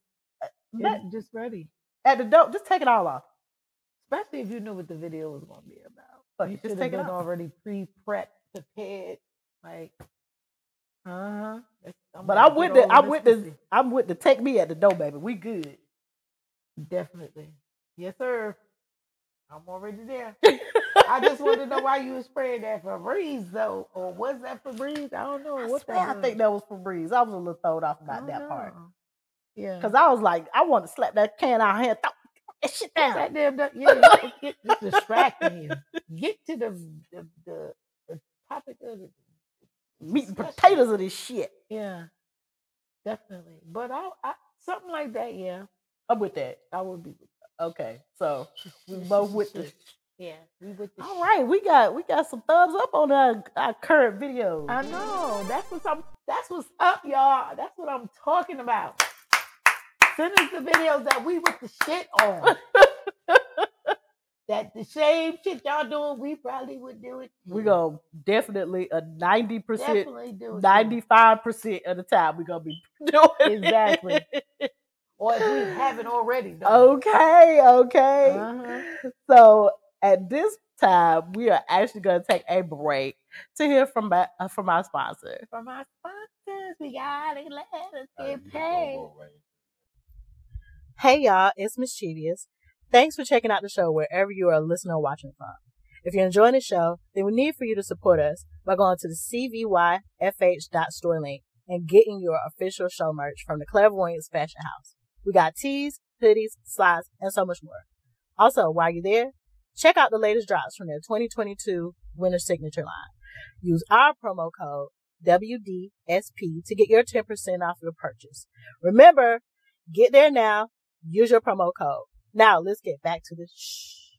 Speaker 2: Let-
Speaker 3: and just ready.
Speaker 2: at the door, just take it all off.
Speaker 3: Especially if you knew what the video was going to be about.
Speaker 2: Fuck
Speaker 3: you
Speaker 2: it,
Speaker 3: should
Speaker 2: just
Speaker 3: have
Speaker 2: take it
Speaker 3: been
Speaker 2: off.
Speaker 3: already pre-prepped, prepared, like. Uh huh.
Speaker 2: Uh-huh. But I'm with the I'm with the I'm with the take me at the door, baby. We good.
Speaker 3: Definitely. Yes, sir. I'm already there. I just want to know why you was spraying that Febreze though, or was that Febreze? I don't know.
Speaker 2: I,
Speaker 3: Oh, what Oh,
Speaker 2: swear I think that was for breeze. I was a little thrown off about that part
Speaker 3: Yeah.
Speaker 2: because I was like, I want to slap that can out here, throw that shit down.
Speaker 3: that damn, that- yeah, you- it- it- it's distracting you. Get to the the, the, the topic of it.
Speaker 2: Meat and potatoes of this shit.
Speaker 3: Yeah, definitely. But I, I something like that. Yeah,
Speaker 2: I'm with that.
Speaker 3: I would be.
Speaker 2: Okay, so we both with the.
Speaker 3: Yeah, we with the.
Speaker 2: All right, we got we got some thumbs up on our, our current videos.
Speaker 3: I know. That's what's up. That's what's up, y'all. That's what I'm talking about. Send us the videos that we with the shit on. that the same shit y'all doing, we probably would do it.
Speaker 2: we
Speaker 3: too.
Speaker 2: gonna definitely a ninety percent,
Speaker 3: definitely do it. too.
Speaker 2: ninety five percent of the time we gonna be doing it.
Speaker 3: Exactly. Or if we haven't already. though.
Speaker 2: Okay, okay.
Speaker 3: Uh-huh.
Speaker 2: So at this time, we are actually gonna take a break to hear from my, uh, from our sponsor.
Speaker 3: From our sponsors, we gotta let us get paid.
Speaker 4: Hey,
Speaker 2: Hey y'all, it's Mischievous. Thanks for checking out the show wherever you are listening or watching from. If you're enjoying the show, then we need for you to support us by going to the cvyfh.store link and getting your official show merch from the Clairvoyance Fashion House. We got tees, hoodies, slides, and so much more. Also, while you're there, check out the latest drops from their 2022 Winter Signature line. Use our promo code WDSP to get your 10% off your purchase. Remember, Get there now. Use your promo code. Now let's get back to the shh.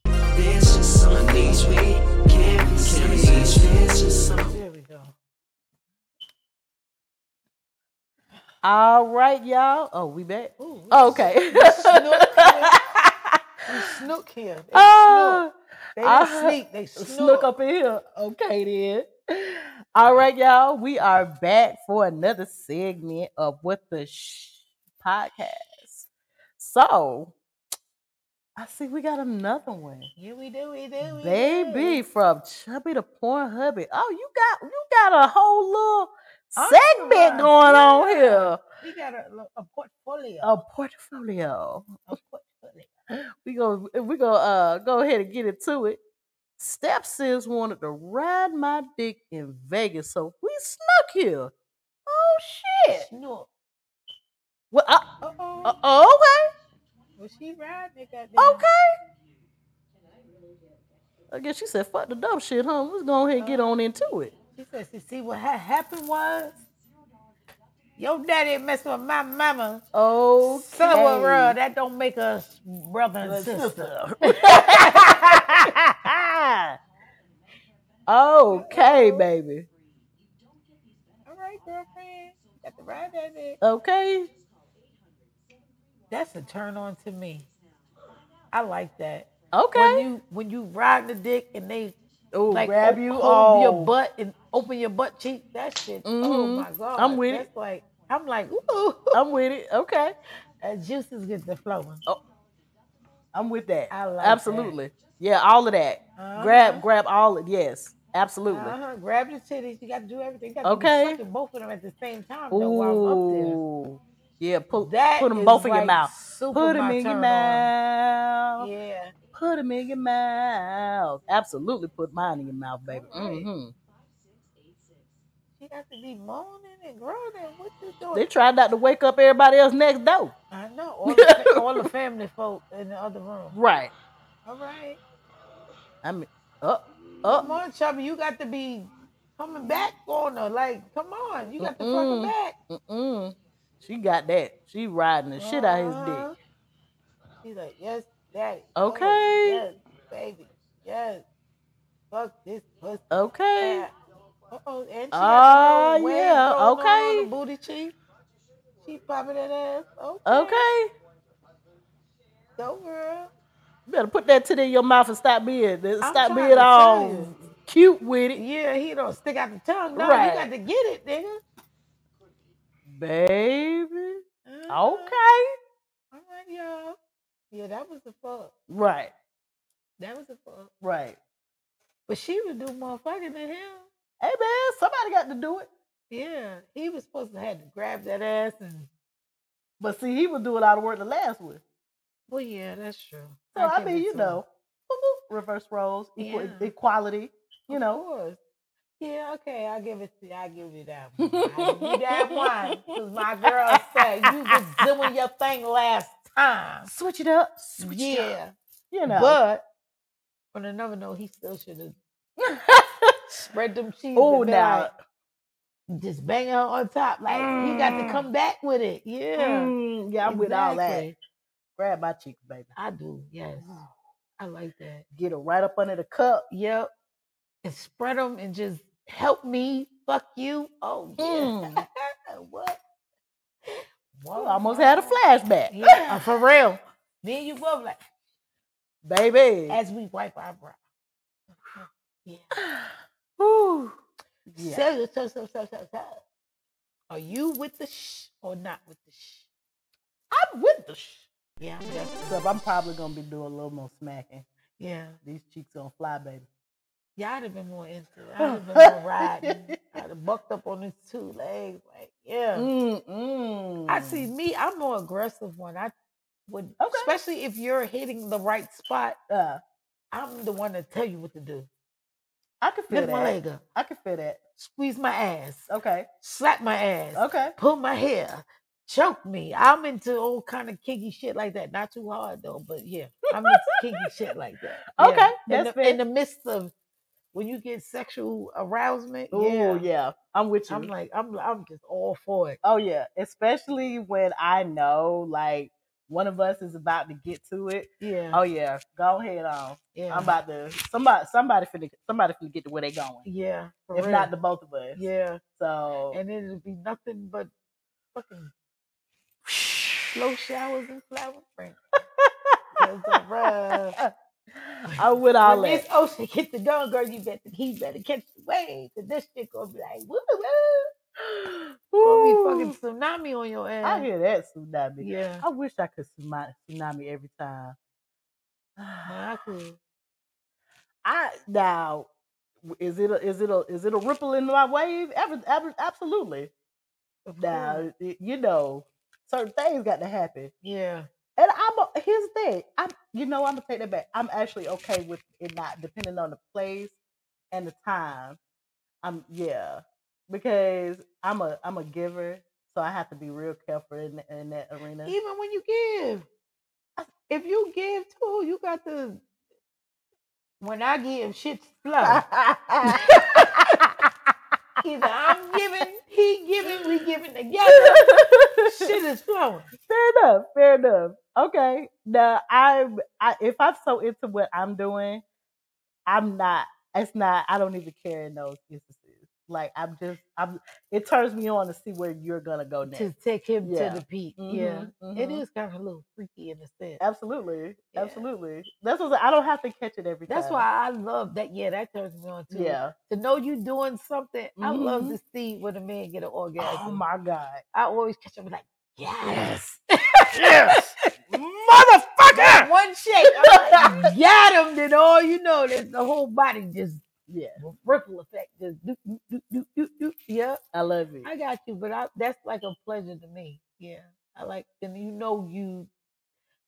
Speaker 3: There we go.
Speaker 2: All right, y'all. Oh, we back.
Speaker 3: Ooh,
Speaker 2: Okay.
Speaker 3: snook here. They
Speaker 2: oh,
Speaker 3: snook. They
Speaker 2: I-
Speaker 3: don't sneak. They Ah, snook.
Speaker 2: snook up in here. Okay then. All right, y'all. We are back for another segment of What the Sh podcast. So, I see we got another one.
Speaker 3: Yeah, we do, we do, we
Speaker 2: Baby
Speaker 3: do.
Speaker 2: from Chubby to Porn Hubby. Oh, you got you got a whole little
Speaker 3: Oh,
Speaker 2: segment
Speaker 3: my
Speaker 2: going on
Speaker 3: God.
Speaker 2: here.
Speaker 3: we got a, a portfolio.
Speaker 2: A portfolio.
Speaker 3: A portfolio.
Speaker 2: We go we go uh go ahead and get into it. Step sis wanted to ride my dick in Vegas, so we snuck here. Oh shit.
Speaker 3: No.
Speaker 2: Well, uh,
Speaker 3: Uh oh.
Speaker 2: uh, oh,
Speaker 3: Was she riding? It got
Speaker 2: okay, okay. I guess she said, "Fuck the dumb shit, huh?" Let's go ahead and get on into it.
Speaker 3: She said, "See, see what ha- happened was, your daddy messed with my mama.
Speaker 2: Oh,
Speaker 3: So well, bro, that don't make us brother and sister."
Speaker 2: okay, baby.
Speaker 3: All right, girlfriend, got to ride that dick.
Speaker 2: Okay.
Speaker 3: That's a turn on to me. I like that. When
Speaker 2: Okay.
Speaker 3: you when you ride the dick and they
Speaker 2: Oh,
Speaker 3: like
Speaker 2: grab
Speaker 3: op-
Speaker 2: you
Speaker 3: hold your
Speaker 2: all.
Speaker 3: butt and open your butt cheek. That shit. Oh
Speaker 2: Mhm.
Speaker 3: my god.
Speaker 2: I'm with it.
Speaker 3: That's Like I'm like, ooh,
Speaker 2: I'm with it. Okay.
Speaker 3: that juices get the flowing.
Speaker 2: I'm with that.
Speaker 3: I like that.
Speaker 2: absolutely. Yeah, all of that.
Speaker 3: Uh-huh.
Speaker 2: Grab, grab all of. Yes, absolutely.
Speaker 3: Uh-huh. Grab the titties. You got to do everything. You got
Speaker 2: Okay.
Speaker 3: to be sucking both of them at the same time though, while
Speaker 2: Ooh. Yeah,
Speaker 3: I'm up
Speaker 2: put
Speaker 3: there. That
Speaker 2: put them
Speaker 3: is,
Speaker 2: both in your
Speaker 3: like,
Speaker 2: mouth.
Speaker 3: Super
Speaker 2: Put them
Speaker 3: my
Speaker 2: in your
Speaker 3: turn
Speaker 2: mouth.
Speaker 3: On. Yeah.
Speaker 2: Put them in your mouth. Absolutely, put mine in your mouth, baby.
Speaker 3: All right.
Speaker 2: Mhm.
Speaker 3: She got to be moaning and groaning. What you doing?
Speaker 2: They tried not to wake up everybody else next door.
Speaker 3: I know. All the, fa- all the family folk in the other room.
Speaker 2: Right.
Speaker 3: All right.
Speaker 2: I mean, up,
Speaker 3: Come
Speaker 2: up.
Speaker 3: on, Chubby. You got to be coming back on her. Like, come on. You got to fucking
Speaker 2: Mm-mm.
Speaker 3: back.
Speaker 2: Mm-mm. mm. She got that. She riding the shit out his
Speaker 3: Uh-huh.
Speaker 2: dick.
Speaker 3: She's like, yes, daddy.
Speaker 2: Okay.
Speaker 3: yes, baby. Yes. Fuck this pussy.
Speaker 2: Okay.
Speaker 3: Uh oh, and she
Speaker 2: Ah,
Speaker 3: got the little wave
Speaker 2: yeah,
Speaker 3: going on,
Speaker 2: okay.
Speaker 3: the booty cheek. She popping that ass. Okay.
Speaker 2: Okay.
Speaker 3: Go girl.
Speaker 2: You better put that tit in your mouth and stop being stop
Speaker 3: trying
Speaker 2: being
Speaker 3: to
Speaker 2: all
Speaker 3: tell you.
Speaker 2: cute with it.
Speaker 3: Yeah, he don't stick out the tongue. No,
Speaker 2: Right.
Speaker 3: you got to get it, nigga.
Speaker 2: Baby.
Speaker 3: Uh-huh.
Speaker 2: Okay.
Speaker 3: All right, y'all. Yeah, that was the fuck.
Speaker 2: Right.
Speaker 3: That was the fuck.
Speaker 2: Right.
Speaker 3: But she would do more fucking than him.
Speaker 2: Hey man, somebody got to do it.
Speaker 3: Yeah, he was supposed to have to grab that ass and.
Speaker 2: But see, he was doing all the work the last one.
Speaker 3: Well, yeah, that's true.
Speaker 2: So I,
Speaker 3: give
Speaker 2: mean,
Speaker 3: it
Speaker 2: you
Speaker 3: to him.
Speaker 2: know, boop, boop, reverse roles, equal,
Speaker 3: Yeah.
Speaker 2: equality. You
Speaker 3: Of
Speaker 2: know,
Speaker 3: course. Yeah, okay, I give it to you. I give you that one. I give you that one. Because my girl said you was doing your thing last time.
Speaker 2: switch it up. Switch it up.
Speaker 3: yeah.
Speaker 2: You know.
Speaker 3: But on another note, he still should have spread them cheese.
Speaker 2: oh,
Speaker 3: and been
Speaker 2: now.
Speaker 3: like, just banging her on top. Like he got to
Speaker 2: Mm.
Speaker 3: come back with it. Yeah.
Speaker 2: Mm, yeah, I'm with all that.
Speaker 3: exactly.
Speaker 2: Grab my cheeks, baby.
Speaker 3: I do, yes. I like that.
Speaker 2: Get it right up under the cup.
Speaker 3: Yep. And spread them and just help me. Fuck you. Oh yeah.
Speaker 2: Mm.
Speaker 3: what?
Speaker 2: Oh,
Speaker 3: Whoa,
Speaker 2: I Oh, almost had a
Speaker 3: wow.
Speaker 2: flashback.
Speaker 3: Yeah, for real. Me and you both like
Speaker 2: Baby.
Speaker 3: as we wipe our brow. Yeah.
Speaker 2: Whew. Yeah.
Speaker 3: So, so, so, so, so, so. Are you with the shh or not with the shh?
Speaker 2: I'm with the sh-
Speaker 3: Yeah, I'm just,
Speaker 2: stuff. I'm probably gonna be doing a little more smacking.
Speaker 3: yeah.
Speaker 2: These cheeks gonna fly, baby.
Speaker 3: Yeah, I'd have been more into it. I'd have been more riding. I'd have bucked up on his two legs. Like, yeah.
Speaker 2: Mm, mm.
Speaker 3: I see me, I'm more aggressive one. I would
Speaker 2: Okay.
Speaker 3: especially if you're hitting the right spot,
Speaker 2: Uh,
Speaker 3: I'm the one to tell you what to do.
Speaker 2: I can feel
Speaker 3: Lift
Speaker 2: that.
Speaker 3: my leg up,
Speaker 2: I can feel that.
Speaker 3: squeeze my ass,
Speaker 2: Okay.
Speaker 3: slap my ass,
Speaker 2: Okay.
Speaker 3: pull my hair, choke me. I'm into all kind of kinky shit like that. Not too hard though, but yeah, I'm into kinky shit like that. Yeah.
Speaker 2: Okay,
Speaker 3: in
Speaker 2: that's
Speaker 3: the,
Speaker 2: fair.
Speaker 3: in the midst of when you get sexual arousement.
Speaker 2: Oh yeah.
Speaker 3: yeah,
Speaker 2: I'm with you.
Speaker 3: I'm like, I'm, I'm just all for it.
Speaker 2: oh yeah. Especially when I know like one of us is about to get to it.
Speaker 3: Yeah,
Speaker 2: Oh yeah. Go ahead on.
Speaker 3: yeah,
Speaker 2: I'm about to somebody somebody finna somebody finna get to where they going.
Speaker 3: yeah. for
Speaker 2: If
Speaker 3: real.
Speaker 2: not the both of us.
Speaker 3: yeah,
Speaker 2: So
Speaker 3: and it'll be nothing but fucking slow showers and flower fragrance. 'Cause, uh, bruh,
Speaker 2: I would all
Speaker 3: when Miss
Speaker 2: that.
Speaker 3: Ocean hit the gun, girl, you better he better catch the wave. Cause this shit gonna be like woo woo. Gonna be
Speaker 2: Ooh,
Speaker 3: fucking tsunami on your ass.
Speaker 2: I hear Oh. that tsunami.
Speaker 3: Yeah.
Speaker 2: I wish I could tsunami, tsunami every time.
Speaker 3: Nah, I could.
Speaker 2: I now is it a, is it a is it a ripple in my wave? Ab- ab- absolutely.
Speaker 3: Of course.
Speaker 2: Now it- you know certain things got to happen.
Speaker 3: Yeah.
Speaker 2: And I'm a, here's the thing. I'm you know I'm gonna take that back. I'm actually okay with it not depending on the place and the time. I'm yeah because I'm a I'm a giver, so I have to be real careful in th- in that arena.
Speaker 3: Even when you give. If you give too, you got to when I give shit flow. Either I'm giving, he giving, we giving together. Shit is flowing.
Speaker 2: fair enough. Fair enough. Okay. Now I'm I if I'm so into what I'm doing, I'm not it's not I don't even care in those instances. Like I'm just I'm it turns me on to see where you're gonna go next.
Speaker 3: To take him
Speaker 2: Yeah.
Speaker 3: to the peak. Yeah.
Speaker 2: Mhm,
Speaker 3: It
Speaker 2: mhm.
Speaker 3: is kind of a little freaky in a sense.
Speaker 2: Absolutely.
Speaker 3: Mm-hmm, Yeah.
Speaker 2: Absolutely. That's what I'm saying, I don't have to catch it every
Speaker 3: That's
Speaker 2: time.
Speaker 3: why I love that. Yeah, that turns me on too.
Speaker 2: Yeah.
Speaker 3: To know you doing something, I love
Speaker 2: Mhm.
Speaker 3: to see when a man get an orgasm.
Speaker 2: Oh my God.
Speaker 3: I always catch him like, yes.
Speaker 2: Yes. Motherfucker.
Speaker 3: One shake. I'm like, got him. Then all you know, that the whole body just
Speaker 2: Yeah.
Speaker 3: ripple effect. Just do, do, do, do, do, do. Yeah,
Speaker 2: I love it.
Speaker 3: I got you. But I, that's like a pleasure to me. Yeah. I like, and you know, you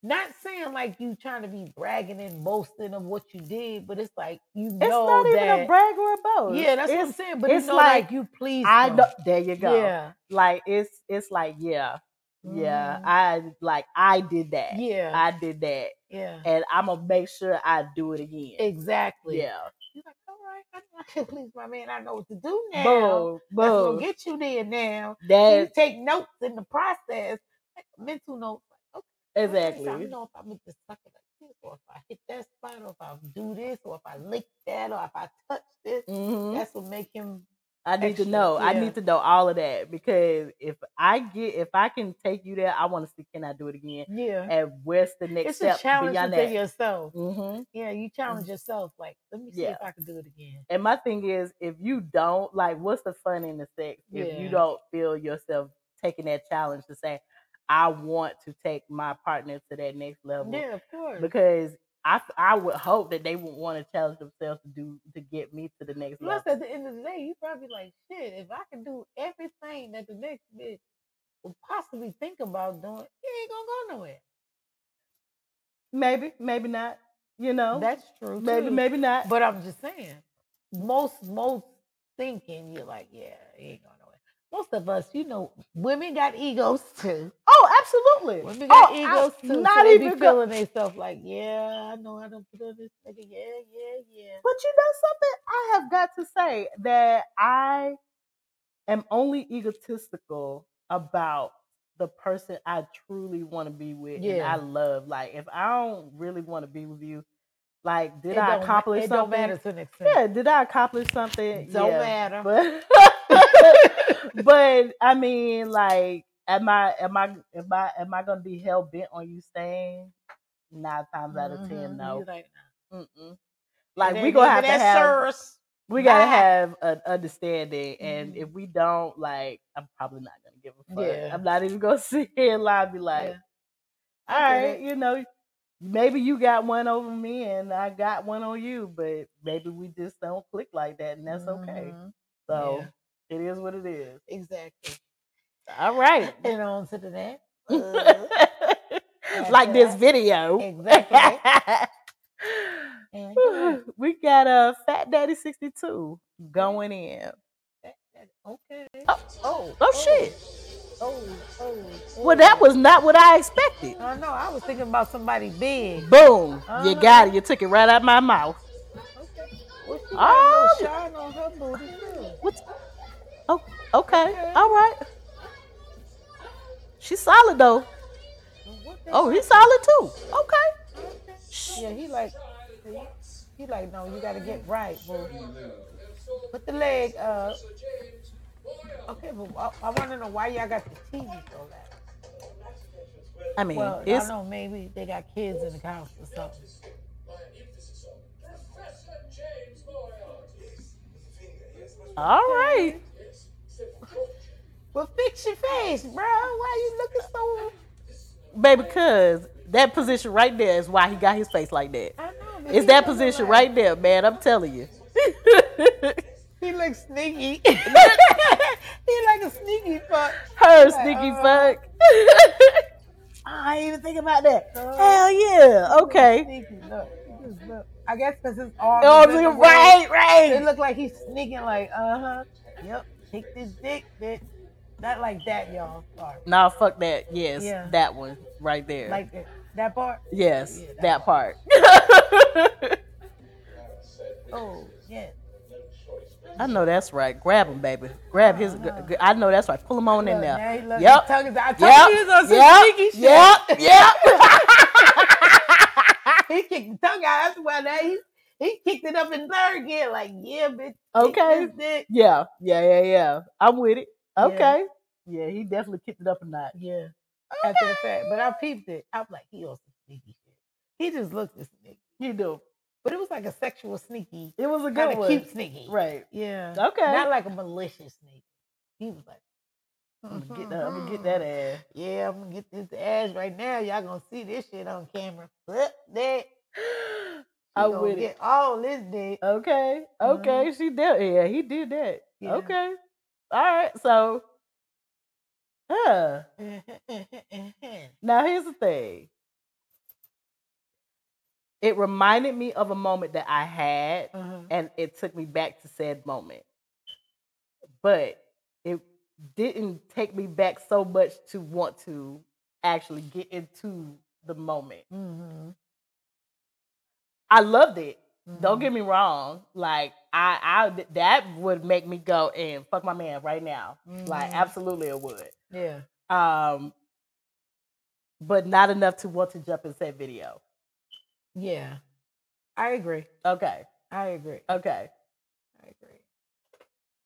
Speaker 3: not saying like you trying to be bragging and boasting of what you did, but it's like, you
Speaker 2: It's
Speaker 3: know
Speaker 2: not even
Speaker 3: that.
Speaker 2: a brag or a boast.
Speaker 3: Yeah, that's what I'm
Speaker 2: it's,
Speaker 3: saying. But it's
Speaker 2: it's
Speaker 3: not like,
Speaker 2: like,
Speaker 3: you please.
Speaker 2: I
Speaker 3: them.
Speaker 2: know there you go.
Speaker 3: Yeah.
Speaker 2: like it's it's like yeah yeah
Speaker 3: Mhm.
Speaker 2: i like i did that
Speaker 3: Yeah.
Speaker 2: i did that
Speaker 3: yeah.
Speaker 2: and i'm gonna make sure i do it again
Speaker 3: Exactly.
Speaker 2: yeah
Speaker 3: You're like, all right, I know I can please my man. I know what to do now.
Speaker 2: boom
Speaker 3: That's gonna
Speaker 2: boom
Speaker 3: get you there now. So you
Speaker 2: that
Speaker 3: take notes in the process, like mental notes. Like, okay, all right, so I
Speaker 2: exactly
Speaker 3: know if I make this sucker like this, or if I hit that spot, or if I do this, or if I lick that, or if I touch this.
Speaker 2: hmm
Speaker 3: That's what make him.
Speaker 2: i need
Speaker 3: extra,
Speaker 2: to know i
Speaker 3: yeah.
Speaker 2: need to know all of that because if i get if i can take you there i want to see can i do it again
Speaker 3: Yeah,
Speaker 2: and what's the next
Speaker 3: it's a
Speaker 2: step
Speaker 3: challenge
Speaker 2: beyond
Speaker 3: within
Speaker 2: that
Speaker 3: yourself.
Speaker 2: hmm
Speaker 3: Yeah, you challenge yourself. Like, let me see
Speaker 2: Yeah.
Speaker 3: if I can do it again.
Speaker 2: and my thing is if you don't like what's the fun in the sex if you
Speaker 3: Yeah.
Speaker 2: don't feel yourself taking that challenge to say i want to take my partner to that next level
Speaker 3: Yeah, of course.
Speaker 2: because I, I would hope that they would want to challenge themselves to do to get me to the next
Speaker 3: Plus,
Speaker 2: level.
Speaker 3: at the end of the day, you probably like, shit, if I can do everything that the next bitch will possibly think about doing, it ain't gonna go nowhere.
Speaker 2: Maybe, maybe not. You know,
Speaker 3: That's true.
Speaker 2: maybe,
Speaker 3: too.
Speaker 2: maybe not.
Speaker 3: But I'm just saying, most most thinking, you're like, yeah, it ain't going nowhere. Most of us, you know, women got egos too.
Speaker 2: oh, absolutely.
Speaker 3: Women
Speaker 2: oh,
Speaker 3: got
Speaker 2: I-
Speaker 3: egos too.
Speaker 2: Not
Speaker 3: so they
Speaker 2: even
Speaker 3: be
Speaker 2: go-
Speaker 3: feeling themselves like, yeah, I know I don't put on this nigga. Yeah, yeah, yeah.
Speaker 2: But you know something, I have got to say that I am only egotistical about the person I truly want to be with and
Speaker 3: Yeah.
Speaker 2: I love. Like, if I don't really want to be with you, like, did
Speaker 3: It
Speaker 2: I
Speaker 3: don't ma-
Speaker 2: accomplish
Speaker 3: It don't
Speaker 2: something?
Speaker 3: matter to an extent.
Speaker 2: Yeah, did I accomplish something?
Speaker 3: Don't
Speaker 2: yeah.
Speaker 3: matter.
Speaker 2: But, but I mean, like, am I am I am I am I gonna be hell bent on you staying? Nine times out of
Speaker 3: Mhm,
Speaker 2: ten,
Speaker 3: you
Speaker 2: no.
Speaker 3: like,
Speaker 2: Mm-mm. Like
Speaker 3: "It
Speaker 2: we
Speaker 3: ain't
Speaker 2: gonna have
Speaker 3: even
Speaker 2: to
Speaker 3: that
Speaker 2: have
Speaker 3: service.
Speaker 2: we gotta
Speaker 3: Bye.
Speaker 2: have an understanding, and
Speaker 3: Mhm.
Speaker 2: if we don't, like, I'm probably not gonna give a fuck.
Speaker 3: Yeah.
Speaker 2: I'm not even gonna sit here and lie, and be like,
Speaker 3: Yeah.
Speaker 2: all
Speaker 3: I get
Speaker 2: right, you know, maybe you got one over me and I got one on you, but maybe we just don't click like that, and that's okay.
Speaker 3: Mhm,
Speaker 2: So it is what it is.
Speaker 3: Exactly.
Speaker 2: All right.
Speaker 3: And on to the next. Uh,
Speaker 2: like this video.
Speaker 3: exactly. And yeah,
Speaker 2: we got a Fat Daddy 62 going in.
Speaker 3: that- that- okay.
Speaker 2: Oh,
Speaker 3: oh,
Speaker 2: Oh, shit.
Speaker 3: Oh, oh,
Speaker 2: Well, that was not what I expected.
Speaker 3: I know. I was thinking about somebody big.
Speaker 2: Boom. You
Speaker 3: Uh-huh.
Speaker 2: got it. You took it right out of my mouth.
Speaker 3: Okay. Well, she got
Speaker 2: Oh.
Speaker 3: a little shine on her booty too.
Speaker 2: What's oh okay. All right. She's solid though.
Speaker 3: What the-
Speaker 2: Oh, he's solid too. Okay.
Speaker 3: Yeah, he like, he like, no, you gotta get right, boo. Put the leg up. Okay, but I, I want to know why y'all got the TV so loud.
Speaker 2: I mean,
Speaker 3: Well, I
Speaker 2: it's
Speaker 3: know maybe they got kids in the house or something.
Speaker 2: All right.
Speaker 3: Well, fix your face, bro. Why you looking so?
Speaker 2: Baby, cuz that position right there is why he got his face like that.
Speaker 3: I know. but
Speaker 2: It's
Speaker 3: he
Speaker 2: that
Speaker 3: looking
Speaker 2: position
Speaker 3: like-
Speaker 2: right there, man. I'm telling you.
Speaker 3: He looks sneaky. he like a sneaky fuck.
Speaker 2: Her sneaky fuck.
Speaker 3: I didn't even think about that.
Speaker 2: Hell yeah. Okay.
Speaker 3: Oh, Sneaky, look. He just look. I guess because his arms.
Speaker 2: Oh,
Speaker 3: is in the way.
Speaker 2: right,
Speaker 3: It
Speaker 2: right.
Speaker 3: looked like he's sneaking, like, uh huh. Yep. Take this dick, bitch. Not like that, y'all. Sorry.
Speaker 2: Nah, fuck that. Yes,
Speaker 3: Yeah.
Speaker 2: that one right there.
Speaker 3: Like that. That part.
Speaker 2: yes,
Speaker 3: Yeah,
Speaker 2: that
Speaker 3: that
Speaker 2: part.
Speaker 3: Oh, yes.
Speaker 2: I know that's right. Grab him, baby. Grab his. g- I know that's right. Pull him on in
Speaker 3: Look, now he
Speaker 2: there.
Speaker 3: look-
Speaker 2: Yep.
Speaker 3: his tongue is out. I told
Speaker 2: Yep.
Speaker 3: you he was on some
Speaker 2: Yep.
Speaker 3: sneaky shit.
Speaker 2: Yep. Yep.
Speaker 3: He kicked the tongue out. That's why that he, he kicked it up in there again. Like, yeah, bitch. take
Speaker 2: Okay.
Speaker 3: this dick.
Speaker 2: Yeah. Yeah. Yeah. Yeah. I'm with it.
Speaker 3: Yeah.
Speaker 2: Okay. Yeah. he definitely kicked it up a notch.
Speaker 3: Yeah. After the fact. But I peeped it. I'm like, he on some sneaky shit. He just looked at sneaky.
Speaker 2: You do.
Speaker 3: But it was like a sexual sneaky.
Speaker 2: It was a
Speaker 3: Kind
Speaker 2: good
Speaker 3: of
Speaker 2: one.
Speaker 3: cute sneaky.
Speaker 2: Right.
Speaker 3: Yeah.
Speaker 2: Okay.
Speaker 3: Not like a malicious sneaky. He was like,
Speaker 2: I'm gonna get that. I'm gonna get that
Speaker 3: Mm-hmm.
Speaker 2: ass.
Speaker 3: Yeah, I'm gonna get this ass right now. Y'all gonna see this shit on camera. Flip that.
Speaker 2: I
Speaker 3: You gonna
Speaker 2: with
Speaker 3: get
Speaker 2: it. Uh
Speaker 3: all this dick.
Speaker 2: Okay. Okay. She did. Yeah. He did that.
Speaker 3: Yeah.
Speaker 2: Okay. All right. So. Huh. Now here's the thing. It reminded me of a moment that I had,
Speaker 3: Uh-huh.
Speaker 2: and it took me back to said moment. But it didn't take me back so much to want to actually get into the moment. Mm-hmm.
Speaker 3: Mhm.
Speaker 2: I loved it. Don't
Speaker 3: Mhm.
Speaker 2: get me wrong. Like I, I that would make me go and fuck my man right now. Like
Speaker 3: Mhm.
Speaker 2: absolutely it would.
Speaker 3: Yeah.
Speaker 2: Um, but not enough to want to jump in said video.
Speaker 3: Yeah. I agree.
Speaker 2: Okay,
Speaker 3: I agree.
Speaker 2: okay.
Speaker 3: I agree.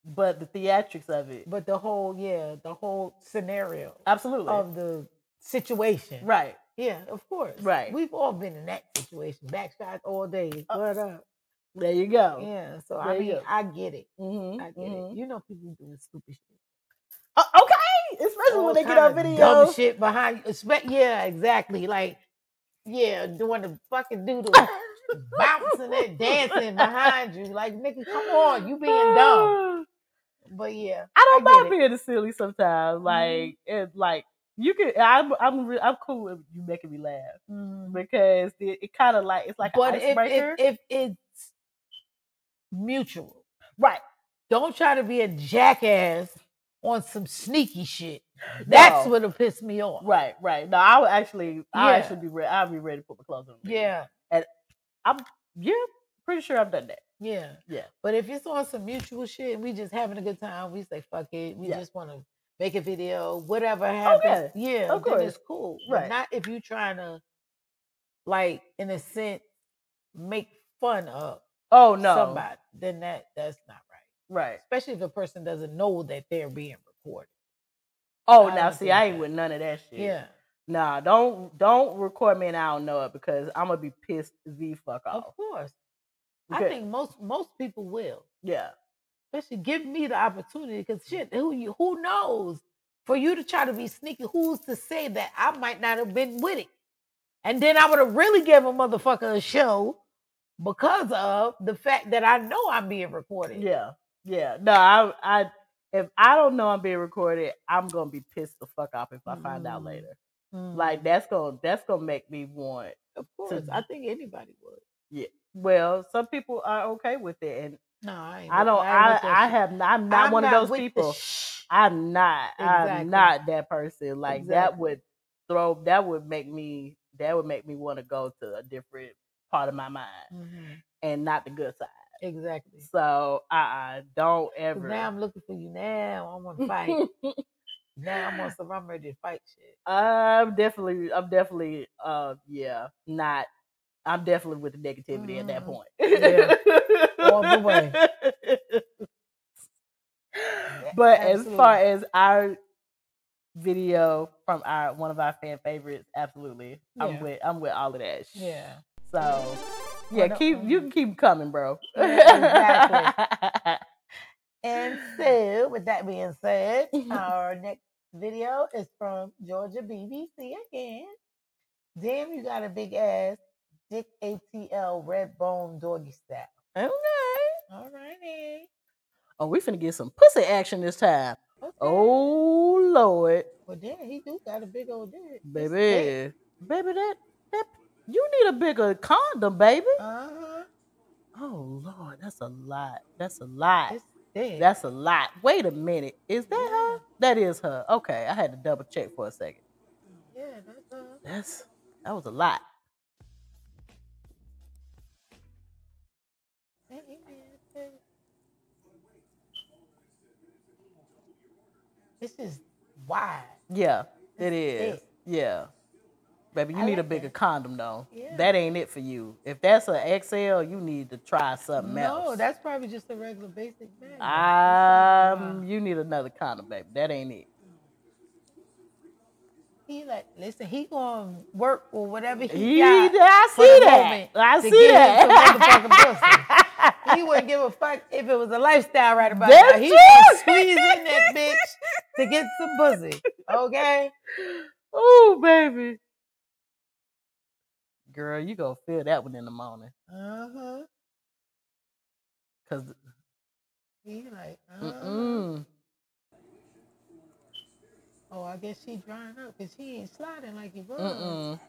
Speaker 2: But the theatrics of it,
Speaker 3: But the whole, yeah, the whole scenario
Speaker 2: absolutely
Speaker 3: of the situation.
Speaker 2: right.
Speaker 3: Oh, Yeah, of course.
Speaker 2: Right.
Speaker 3: We've all been in that situation. Backshots all day. What up?
Speaker 2: There you go.
Speaker 3: Yeah. So
Speaker 2: oh. there
Speaker 3: I
Speaker 2: you
Speaker 3: mean,
Speaker 2: go.
Speaker 3: I get it.
Speaker 2: Mhm,
Speaker 3: I get
Speaker 2: mhm.
Speaker 3: it. You know, people doing stupid shit.
Speaker 2: O- okay, especially
Speaker 3: all
Speaker 2: when they get
Speaker 3: kinda
Speaker 2: on video.
Speaker 3: Dumb shit behind you. Expect, yeah, exactly. Like, yeah, doing the fucking doodle, bouncing and dancing behind you. Like, nigga, come on, you being dumb. But yeah,
Speaker 2: I don't
Speaker 3: I get Mm-hmm.
Speaker 2: mind being silly sometimes. Like it, like you can. I'm I'm re- I'm cool with you making me laugh
Speaker 3: mm-hmm.
Speaker 2: because it, it kind of like it's like
Speaker 3: but
Speaker 2: an
Speaker 3: if,
Speaker 2: icebreaker,
Speaker 3: if, if it's mutual,
Speaker 2: right?
Speaker 3: don't try to be a jackass on some sneaky shit. That's
Speaker 2: No.
Speaker 3: what'll piss me off.
Speaker 2: Right, right. No, I would actually, I
Speaker 3: Yeah.
Speaker 2: actually be ready. I'll be ready to put my clothes on.
Speaker 3: Yeah,
Speaker 2: yeah. Pretty sure I've done that.
Speaker 3: yeah,
Speaker 2: Yeah.
Speaker 3: But if it's on some mutual shit, we just having a good time. We say fuck it. We
Speaker 2: Yeah. Oh,
Speaker 3: just want to make a video, whatever happens. yeah,
Speaker 2: of
Speaker 3: then
Speaker 2: course.
Speaker 3: it's cool.
Speaker 2: Right.
Speaker 3: But not if you trying to, like, in a sense, make fun of
Speaker 2: Oh no.
Speaker 3: somebody. Then that that's not right.
Speaker 2: Right.
Speaker 3: Especially if the person doesn't know that they're being recorded.
Speaker 2: Oh,
Speaker 3: I
Speaker 2: now
Speaker 3: don't
Speaker 2: see,
Speaker 3: think
Speaker 2: I ain't
Speaker 3: that-
Speaker 2: with none of that shit.
Speaker 3: Yeah,
Speaker 2: Nah, don't don't record me and I don't know it because I'm gonna be pissed the fuck off.
Speaker 3: of course. Oh, I
Speaker 2: Because-
Speaker 3: think most most people will.
Speaker 2: Yeah.
Speaker 3: especially give me the opportunity because shit, who you who knows? For you to try to be sneaky, who's to say that I might not have been with it? And then I would have really gave a motherfucker a show because of the fact that I know I'm being recorded.
Speaker 2: Yeah. Yeah. No, I I if I don't know I'm being recorded, I'm gonna be pissed the fuck off if I find out
Speaker 3: Mm.
Speaker 2: later.
Speaker 3: Mm,
Speaker 2: Like that's gonna that's gonna make me want
Speaker 3: of course, I think anybody would.
Speaker 2: well, some people are okay with it and
Speaker 3: No, I, ain't
Speaker 2: I
Speaker 3: with-
Speaker 2: don't I,
Speaker 3: ain't with that
Speaker 2: I
Speaker 3: shit.
Speaker 2: have not I'm not
Speaker 3: I'm
Speaker 2: one
Speaker 3: not
Speaker 2: of those
Speaker 3: with the
Speaker 2: people.
Speaker 3: shh.
Speaker 2: I'm not.
Speaker 3: Exactly.
Speaker 2: I'm not that person. Like that
Speaker 3: Exactly.
Speaker 2: would throw. That would make me. That would make me want to go to a different part of my mind
Speaker 3: Mhm,
Speaker 2: and not the good side.
Speaker 3: Exactly. 'Cause
Speaker 2: So I uh, don't ever.
Speaker 3: Now I'm looking for you. Now I want to fight. now I'm on some. I'm ready to fight shit.
Speaker 2: I'm definitely. I'm definitely. Uh, yeah. Not. I'm definitely with the negativity at that
Speaker 3: Mhm.
Speaker 2: point.
Speaker 3: Yeah. All the way.
Speaker 2: But as far
Speaker 3: Absolutely.
Speaker 2: as our video from our one of our fan favorites, absolutely, I'm
Speaker 3: Yeah.
Speaker 2: with. I'm with all of that. sh-
Speaker 3: yeah.
Speaker 2: So yeah,
Speaker 3: no,
Speaker 2: keep you
Speaker 3: mhm.
Speaker 2: can keep coming, bro.
Speaker 3: Yeah, exactly. And so, with that being said, our next video is from Georgia BBC again. Damn, you got a big ass, Dick ATL red bone doggy style.
Speaker 2: Okay.
Speaker 3: All righty.
Speaker 2: Oh, we finna get some pussy action this time.
Speaker 3: Okay.
Speaker 2: Oh Lord,
Speaker 3: well, damn, he do got a big old dick, It's thick.
Speaker 2: baby, baby, that that you need a bigger condom, baby.
Speaker 3: Uh-huh.
Speaker 2: Oh Lord, that's a lot. That's a lot.
Speaker 3: It's thick.
Speaker 2: That's a lot. Wait a minute, is that her? That is her. Okay, I had to double check for a second.
Speaker 3: yeah, that's uh,
Speaker 2: That's that was a lot.
Speaker 3: that is thick. This is wide.
Speaker 2: Yeah, it
Speaker 3: It's
Speaker 2: is. Yeah. Baby, you
Speaker 3: I
Speaker 2: need a
Speaker 3: like
Speaker 2: bigger condom though.
Speaker 3: Yeah.
Speaker 2: That ain't it for you. If that's an XL, you need to try something else.
Speaker 3: No, that's probably just a regular basic man.
Speaker 2: Um, you need another condom, baby. That ain't it.
Speaker 3: He like listen. He gonna work or whatever he,
Speaker 2: He-
Speaker 3: got.
Speaker 2: I
Speaker 3: for the
Speaker 2: see that.
Speaker 3: moment
Speaker 2: I
Speaker 3: to
Speaker 2: see
Speaker 3: get him
Speaker 2: that.
Speaker 3: some motherfucking pussy. he wouldn't give a fuck if it was a lifestyle right about
Speaker 2: That's
Speaker 3: now. He
Speaker 2: true.
Speaker 3: was squeezing that bitch to get some pussy. Okay,
Speaker 2: Oh, baby. Girl, you gonna feel that one in the morning.
Speaker 3: uh huh.
Speaker 2: Uh-huh. Cause mm,
Speaker 3: He like, uh
Speaker 2: mm-mm.
Speaker 3: oh, I guess she drying up because he ain't sliding like he was.
Speaker 2: Mm-mm.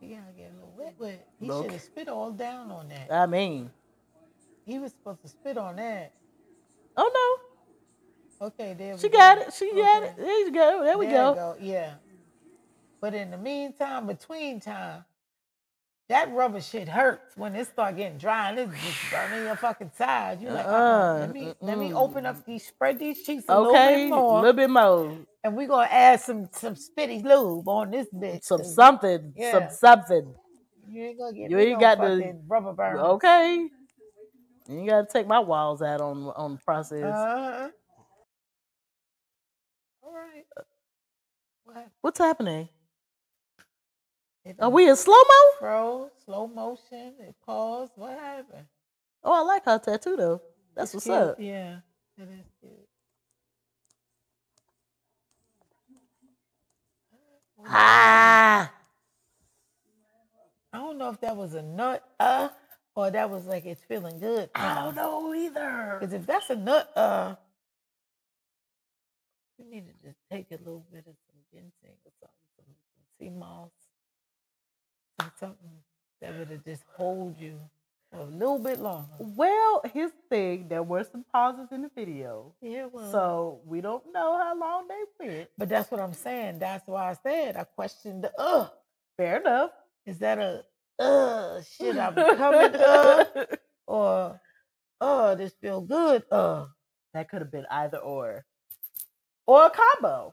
Speaker 3: He gotta get a little wet. wet. he
Speaker 2: Look.
Speaker 3: should have spit all down on that.
Speaker 2: I mean.
Speaker 3: He was supposed to spit on that.
Speaker 2: Oh
Speaker 3: Okay, there
Speaker 2: no.
Speaker 3: we
Speaker 2: She
Speaker 3: go.
Speaker 2: got it. She got
Speaker 3: Okay.
Speaker 2: it. There you go. Mm-hmm. There we
Speaker 3: There
Speaker 2: go.
Speaker 3: you Yeah. But in the meantime, between time, that rubber shit hurts when it start getting dry and it's just burning your fucking sides. You like, uh
Speaker 2: Uh-uh,
Speaker 3: let me let me open up these spread these cheeks a little
Speaker 2: Okay.
Speaker 3: bit
Speaker 2: A
Speaker 3: more,
Speaker 2: little bit more.
Speaker 3: and we gonna add some some spitty lube on this bitch.
Speaker 2: Some
Speaker 3: 'cause
Speaker 2: something.
Speaker 3: Yeah.
Speaker 2: Some something.
Speaker 3: you ain't gonna get
Speaker 2: You
Speaker 3: me
Speaker 2: ain't
Speaker 3: no
Speaker 2: got the-
Speaker 3: fucking rubber burn.
Speaker 2: Okay. You ain't gotta take my walls out on on the process.
Speaker 3: Uh-huh. All right. Uh, What?
Speaker 2: What's happening?
Speaker 3: It
Speaker 2: Are we in slow mo?
Speaker 3: froze, slow motion, it paused. What happened?
Speaker 2: Oh, I like her tattoo though. That's what's
Speaker 3: Cute,
Speaker 2: up.
Speaker 3: Yeah, it is cute.
Speaker 2: Ah,
Speaker 3: I don't know if that was a nut uh or that was like it's feeling good.
Speaker 2: I don't know either.
Speaker 3: Because if that's a nut uh, you need to just take a little bit of some ginseng or something, some, some sea moss, some something that would just hold you for a little bit longer.
Speaker 2: Well, his thing, there were some pauses in the video,
Speaker 3: Yeah, well.
Speaker 2: so we don't know how long they went.
Speaker 3: but that's what I'm saying. That's why I said I questioned the uh.
Speaker 2: Fair enough.
Speaker 3: Is that a uh shit I'm coming uh or uh this feel good uh
Speaker 2: that could have been either or, or a combo.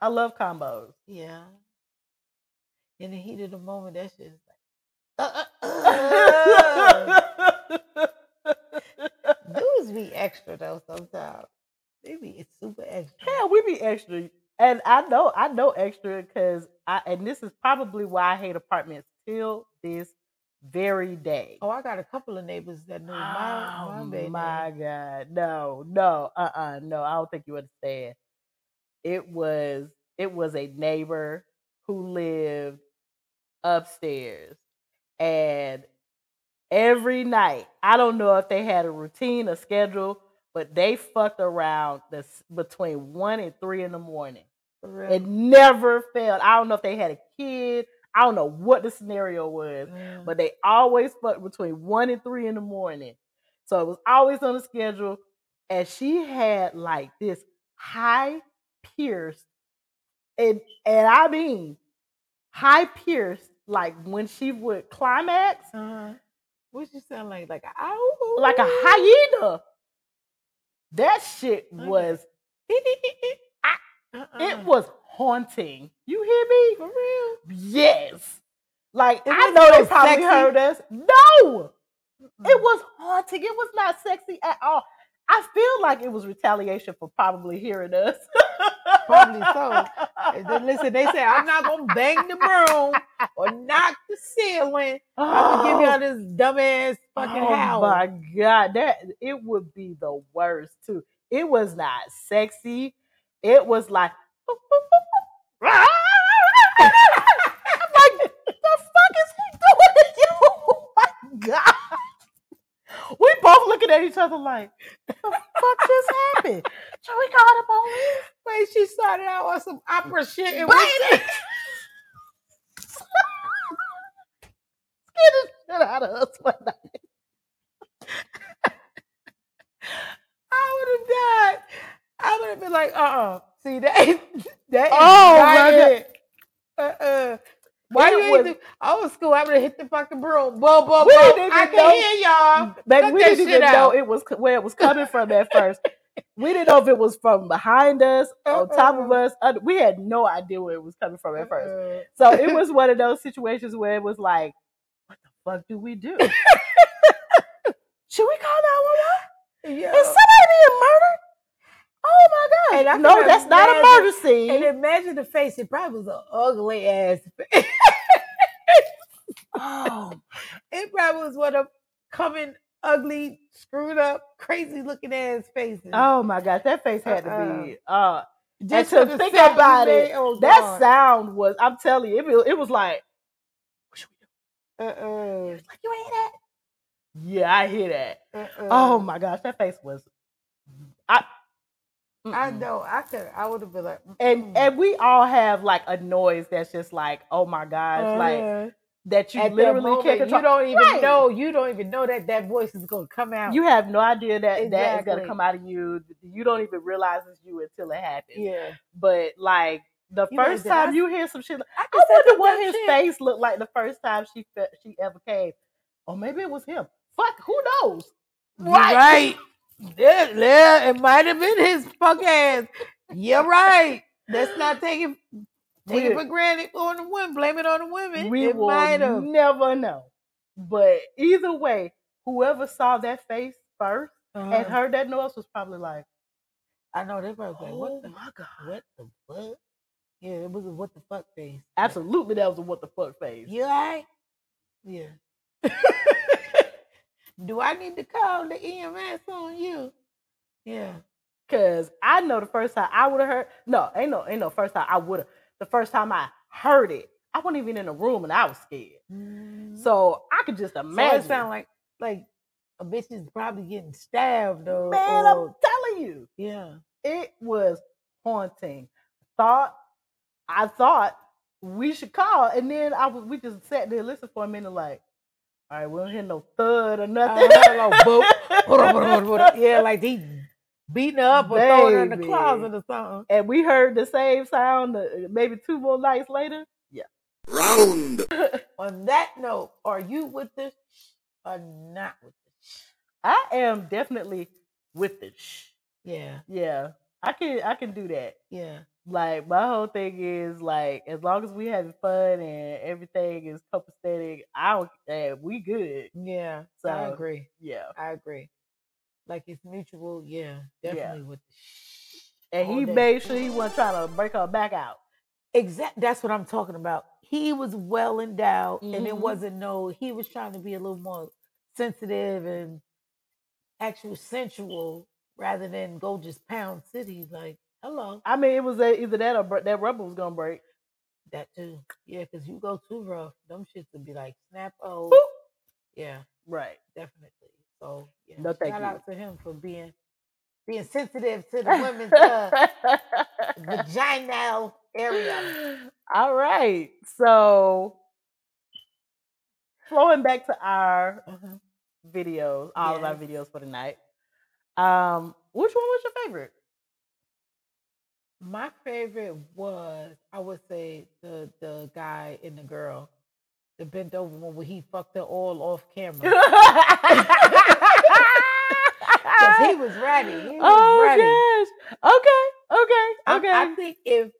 Speaker 2: I love combos.
Speaker 3: yeah. In the heat of the moment, that's just like uh, uh, uh. dudes be extra though sometimes. They be it's super extra.
Speaker 2: Hell, we be extra, and I know I know extra because I and this is probably why I hate apartments till this very day.
Speaker 3: Oh, I got a couple of neighbors that knew my
Speaker 2: Oh
Speaker 3: my baby.
Speaker 2: my god, no, no, uh, uh no, I don't think you understand. It was it was a neighbor who lived upstairs, and every night I don't know if they had a routine, a schedule, but they fucked around this between one and three in the morning.
Speaker 3: For real.
Speaker 2: It never failed. I don't know if they had a kid. I don't know what the scenario was
Speaker 3: Yeah.
Speaker 2: but they always fucked between one and three in the morning. So it was always on the schedule. And she had like this high pierced, and and I mean high pierced, like when she would climax,
Speaker 3: Uh-huh. What you sound like? Like a ow?
Speaker 2: like a hyena. That shit was
Speaker 3: uh-uh.
Speaker 2: it was haunting. You hear me?
Speaker 3: for real.
Speaker 2: Yes. Like
Speaker 3: It
Speaker 2: I
Speaker 3: wasn't
Speaker 2: know
Speaker 3: so
Speaker 2: they probably
Speaker 3: sexy.
Speaker 2: heard us. No, it was haunting. It was not sexy at all. I feel like it was retaliation for probably hearing us.
Speaker 3: Probably so. They- Listen, they said I'm not gonna bang the broom or knock the ceiling. I would give y'all this dumbass fucking
Speaker 2: oh
Speaker 3: house.
Speaker 2: my god, that it would be the worst too. It was not sexy. It was like I'm like, the fuck is he doing to you? Oh my god. We both looking at each other like, the fuck just happened? Shall we call the police?
Speaker 3: Wait, she started out on some opera shit and went
Speaker 2: Wait! Get the shit out of us one night.
Speaker 3: I would have died. I would have been like, uh uh See, that ain't, that is
Speaker 2: Oh,
Speaker 3: not
Speaker 2: my God.
Speaker 3: it. Uh-uh. Why
Speaker 2: It
Speaker 3: you
Speaker 2: was-
Speaker 3: ain't do, I was school, I would have hit the fucking broom. Boom, boom, boom.
Speaker 2: We didn't
Speaker 3: I
Speaker 2: even
Speaker 3: can
Speaker 2: know-
Speaker 3: hear y'all.
Speaker 2: Baby, we
Speaker 3: Cut that
Speaker 2: didn't
Speaker 3: shit
Speaker 2: even know
Speaker 3: out.
Speaker 2: it was where it was coming from at first. we didn't know if it was from behind us, on top of
Speaker 3: Uh-uh.
Speaker 2: us. under- We had no idea where it was coming from at first.
Speaker 3: Uh-uh.
Speaker 2: So it was one of those situations where it was like, what the fuck do we do? Should we call 911?
Speaker 3: Yeah.
Speaker 2: Is somebody being murdered? Oh my God.
Speaker 3: And I can
Speaker 2: no, that's not a
Speaker 3: imagine-
Speaker 2: murder scene.
Speaker 3: And imagine the face. It probably was an ugly ass. face.
Speaker 2: oh,
Speaker 3: It probably was one of coming ugly, screwed up, crazy looking ass faces.
Speaker 2: oh my God. That face had to be. Uh,
Speaker 3: Uh-uh. Just
Speaker 2: and to
Speaker 3: for the
Speaker 2: think
Speaker 3: sound you
Speaker 2: about
Speaker 3: made,
Speaker 2: it,
Speaker 3: oh,
Speaker 2: that
Speaker 3: God.
Speaker 2: sound was, I'm telling you, it, was- it was like, what should we do?
Speaker 3: Uh-uh.
Speaker 2: Like, you hear that? Yeah, I hear that.
Speaker 3: Uh-uh.
Speaker 2: Oh my gosh, that face was. I,
Speaker 3: I
Speaker 2: Mm-mm.
Speaker 3: know. I could. I would have been like, mm,
Speaker 2: and and we all have like a noise that's just like, oh my gosh, like
Speaker 3: uh,
Speaker 2: that you
Speaker 3: at
Speaker 2: literally
Speaker 3: that moment,
Speaker 2: can't
Speaker 3: you
Speaker 2: control.
Speaker 3: don't even
Speaker 2: Right.
Speaker 3: know. You don't even know that that voice is gonna come out.
Speaker 2: You have no idea that that is
Speaker 3: Exactly.
Speaker 2: gonna come out of you. You don't even realize it's you until it happens.
Speaker 3: yeah.
Speaker 2: But like the
Speaker 3: You like,
Speaker 2: first
Speaker 3: did
Speaker 2: time
Speaker 3: I-
Speaker 2: you hear some shit, like,
Speaker 3: I,
Speaker 2: I
Speaker 3: just said
Speaker 2: wonder
Speaker 3: some
Speaker 2: what
Speaker 3: dumb
Speaker 2: his
Speaker 3: shit.
Speaker 2: face looked like the first time she fe- she ever came, or maybe it was him. Fuck, who knows?
Speaker 3: You're right. Yeah, yeah, it might have been his fuck ass. You're right. Let's not take it take it
Speaker 2: We-
Speaker 3: for granted on the women. Blame it on the women.
Speaker 2: we
Speaker 3: it
Speaker 2: will
Speaker 3: might have.
Speaker 2: never know. But either way, whoever saw that face 1st and
Speaker 3: Uh-huh.
Speaker 2: heard that noise was probably like,
Speaker 3: I know they probably like,
Speaker 2: "Oh
Speaker 3: what the
Speaker 2: my god!"
Speaker 3: what the fuck? Yeah, it was a what the fuck face.
Speaker 2: Absolutely, that was a what the fuck face.
Speaker 3: You alright? Yeah. Do I need to call the EMS on you? Yeah.
Speaker 2: Cause I know the first time I would have heard. No, ain't no, ain't no first time I would have. The first time I heard it, I wasn't even in the room and I was scared. Mm-hmm.
Speaker 3: So
Speaker 2: So I could just imagine.
Speaker 3: it sound like like a bitch is probably getting stabbed or,
Speaker 2: Man,
Speaker 3: or
Speaker 2: I'm telling you,
Speaker 3: Yeah.
Speaker 2: it was haunting. Thought I thought we should call, and then I was we just sat there and listened for a minute, like, all right, we don't hear no thud or nothing.
Speaker 3: Uh, like, boop. yeah, like they beating her up or throwing her in the
Speaker 2: Baby.
Speaker 3: closet or something.
Speaker 2: and we heard the same sound uh, maybe two more nights later.
Speaker 3: On that note, are you with this or not with this?
Speaker 2: I am definitely with the shh.
Speaker 3: Yeah,
Speaker 2: Yeah, I can I can do that.
Speaker 3: yeah.
Speaker 2: Like my whole thing is like as long as we having fun and everything is copacetic, I don't, eh, we good.
Speaker 3: Yeah. I
Speaker 2: So-
Speaker 3: agree.
Speaker 2: Yeah.
Speaker 3: I agree. Like it's mutual, yeah.
Speaker 2: Yeah.
Speaker 3: Definitely with the
Speaker 2: And
Speaker 3: all
Speaker 2: he
Speaker 3: day.
Speaker 2: made sure he wasn't trying to break her back out.
Speaker 3: Exact. That's what I'm talking about. He was well endowed, and it
Speaker 2: Mhm.
Speaker 3: wasn't no. He was trying to be a little more sensitive and actual sensual rather than go just pound city. Like, hello,
Speaker 2: I mean, it was a, either that or br- that rubber was gonna break.
Speaker 3: that too. Yeah, because you go too rough, them shits would be like snap. Oh,
Speaker 2: Boop.
Speaker 3: yeah,
Speaker 2: Right.
Speaker 3: definitely. So, yeah,
Speaker 2: No, thank
Speaker 3: shout
Speaker 2: you.
Speaker 3: out to him for being being sensitive to the women's uh, vaginal area.
Speaker 2: All right. So flowing back to our
Speaker 3: Uh-huh.
Speaker 2: videos, all of our
Speaker 3: Yes.
Speaker 2: videos for the night. Um, which one was your favorite?
Speaker 3: My favorite was, I would say, the the guy and the girl, the bent over one where he fucked her all off camera. 'Cause he was ready. He was ready.
Speaker 2: oh gosh. Okay. Okay.
Speaker 3: I-
Speaker 2: Okay.
Speaker 3: I, think if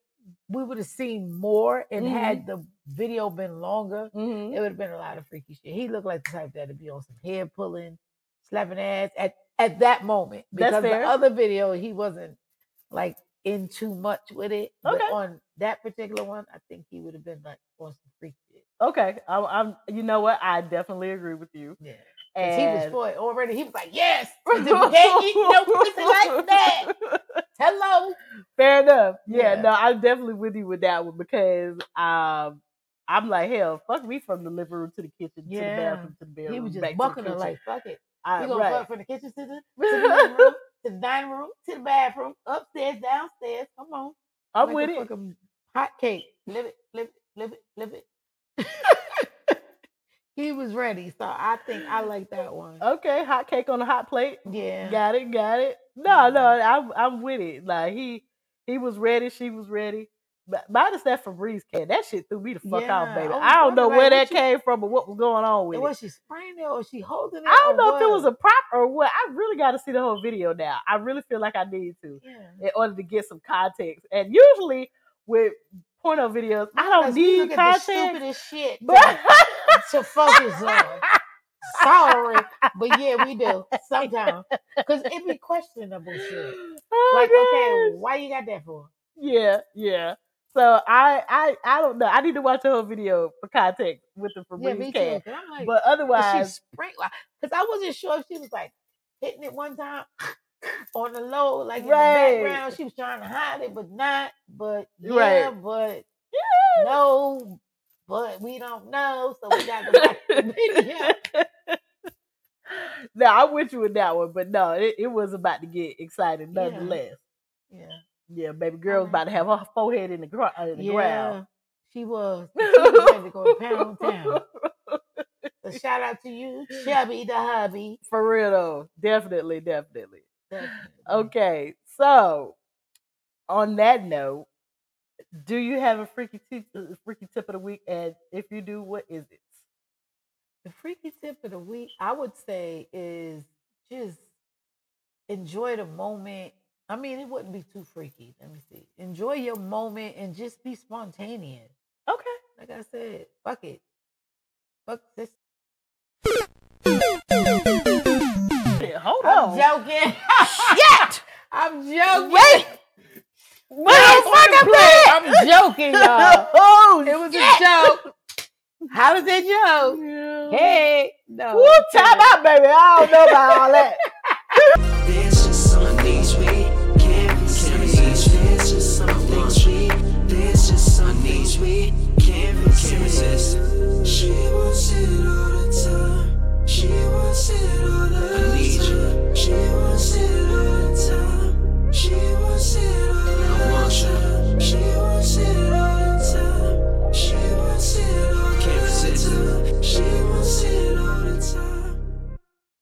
Speaker 3: we would have seen more and
Speaker 2: Mhm.
Speaker 3: had the video been longer,
Speaker 2: Mhm.
Speaker 3: it would have been a lot of freaky shit. He looked like the type that'd be on some hair pulling, slapping ass at at that moment
Speaker 2: That's
Speaker 3: because the
Speaker 2: fair.
Speaker 3: other video he wasn't like in too much with it. But
Speaker 2: Okay.
Speaker 3: on that particular one, I think he would have been like on some freaky shit.
Speaker 2: Okay, I'm, I'm. You know what? I definitely agree with you.
Speaker 1: Yeah.
Speaker 3: 'Cause he was
Speaker 2: And-
Speaker 3: for it already. He was like, yes, the gay no pussy like that. Hello.
Speaker 2: Fair enough. Yeah,
Speaker 3: Yeah.
Speaker 2: no, I'm definitely with you with that one because um, I'm like, hell, fuck me from the living room to the kitchen, to
Speaker 3: Yeah.
Speaker 2: the bathroom, to the bedroom.
Speaker 3: He was
Speaker 2: back
Speaker 3: just
Speaker 2: to the
Speaker 3: bucking her
Speaker 2: kitchen.
Speaker 3: like, fuck it.
Speaker 2: I-
Speaker 3: We gonna
Speaker 2: right.
Speaker 3: fuck from the kitchen to the, to the living room, to the dining room, to the bathroom, upstairs, downstairs. Come on.
Speaker 2: I'm
Speaker 3: Like
Speaker 2: with
Speaker 3: a
Speaker 2: it.
Speaker 3: fucking Hot cake. Live it, live it, live it, live it. he was ready. So I think I like that one.
Speaker 2: Okay, hot cake on a hot plate.
Speaker 3: yeah.
Speaker 2: Oh,
Speaker 3: Mm-hmm.
Speaker 2: Got it, got it. No, no, I'm I'm with it. Like he he was ready, she was ready. But minus that Febreze can that shit threw me the fuck
Speaker 3: Yeah,
Speaker 2: out, baby.
Speaker 3: I was
Speaker 2: I don't know
Speaker 3: wondering,
Speaker 2: where
Speaker 3: like,
Speaker 2: that
Speaker 3: what
Speaker 2: came from or what was going on with
Speaker 3: And
Speaker 2: it.
Speaker 3: was she spraying it or she holding it?
Speaker 2: I don't
Speaker 3: or
Speaker 2: know if it
Speaker 3: what?
Speaker 2: was a prop or what. I really got to see the whole video now. I really feel like I need to
Speaker 3: Yeah.
Speaker 2: in order to get some context. And usually with porno videos, I don't
Speaker 3: Because we
Speaker 2: need
Speaker 3: look at
Speaker 2: context.
Speaker 3: the stupidest shit
Speaker 2: But
Speaker 3: to, to focus on. Sorry, but yeah, we do sometimes because it be questionable shit.
Speaker 2: Oh,
Speaker 3: Like, okay,
Speaker 2: gosh.
Speaker 3: why you got that for?
Speaker 2: Yeah, yeah. So I, I, I don't know. I need to watch the whole video for context with the
Speaker 3: yeah,
Speaker 2: Febreze
Speaker 3: me too.
Speaker 2: can.
Speaker 3: 'Cause I'm
Speaker 2: But
Speaker 3: like, but she
Speaker 2: otherwise,
Speaker 3: sprayed because I wasn't sure if she was like hitting it one time on the low, like
Speaker 2: Right.
Speaker 3: in the background. She was trying to hide it, but not. But yeah,
Speaker 2: Right.
Speaker 3: but no, but we don't know, so we got to watch the video.
Speaker 2: no, I'm with you with that one. But no, it, it was about to get exciting
Speaker 3: Yeah.
Speaker 2: nonetheless.
Speaker 3: Yeah.
Speaker 2: Yeah, baby girl's
Speaker 3: Alright.
Speaker 2: about to have her forehead in the, gro- uh, in the ground.
Speaker 3: She was. She was ready to go to pound town. So shout out to you, Chubby the hubby.
Speaker 2: For real though, definitely, definitely.
Speaker 3: Definitely.
Speaker 2: Mm-hmm. Okay, so on that note, do you have a freaky tip, uh, freaky tip of the week? And if you do, what is it?
Speaker 3: The freaky tip of the week, I would say, is just enjoy the moment. I mean, it wouldn't be too freaky. Let me see. Enjoy your moment and just be spontaneous.
Speaker 2: Okay.
Speaker 3: Like I said, fuck it. Fuck this.
Speaker 2: Shit, hold
Speaker 3: I'm
Speaker 2: on.
Speaker 3: joking.
Speaker 2: Oh, Shit!
Speaker 3: I'm joking.
Speaker 2: Wait! Motherfucker,
Speaker 3: I'm joking, y'all.
Speaker 2: Oh,
Speaker 3: It was a joke. How was that joke?
Speaker 2: Yeah.
Speaker 3: Hey, no.
Speaker 2: Woo, time out, baby. I don't know about all that.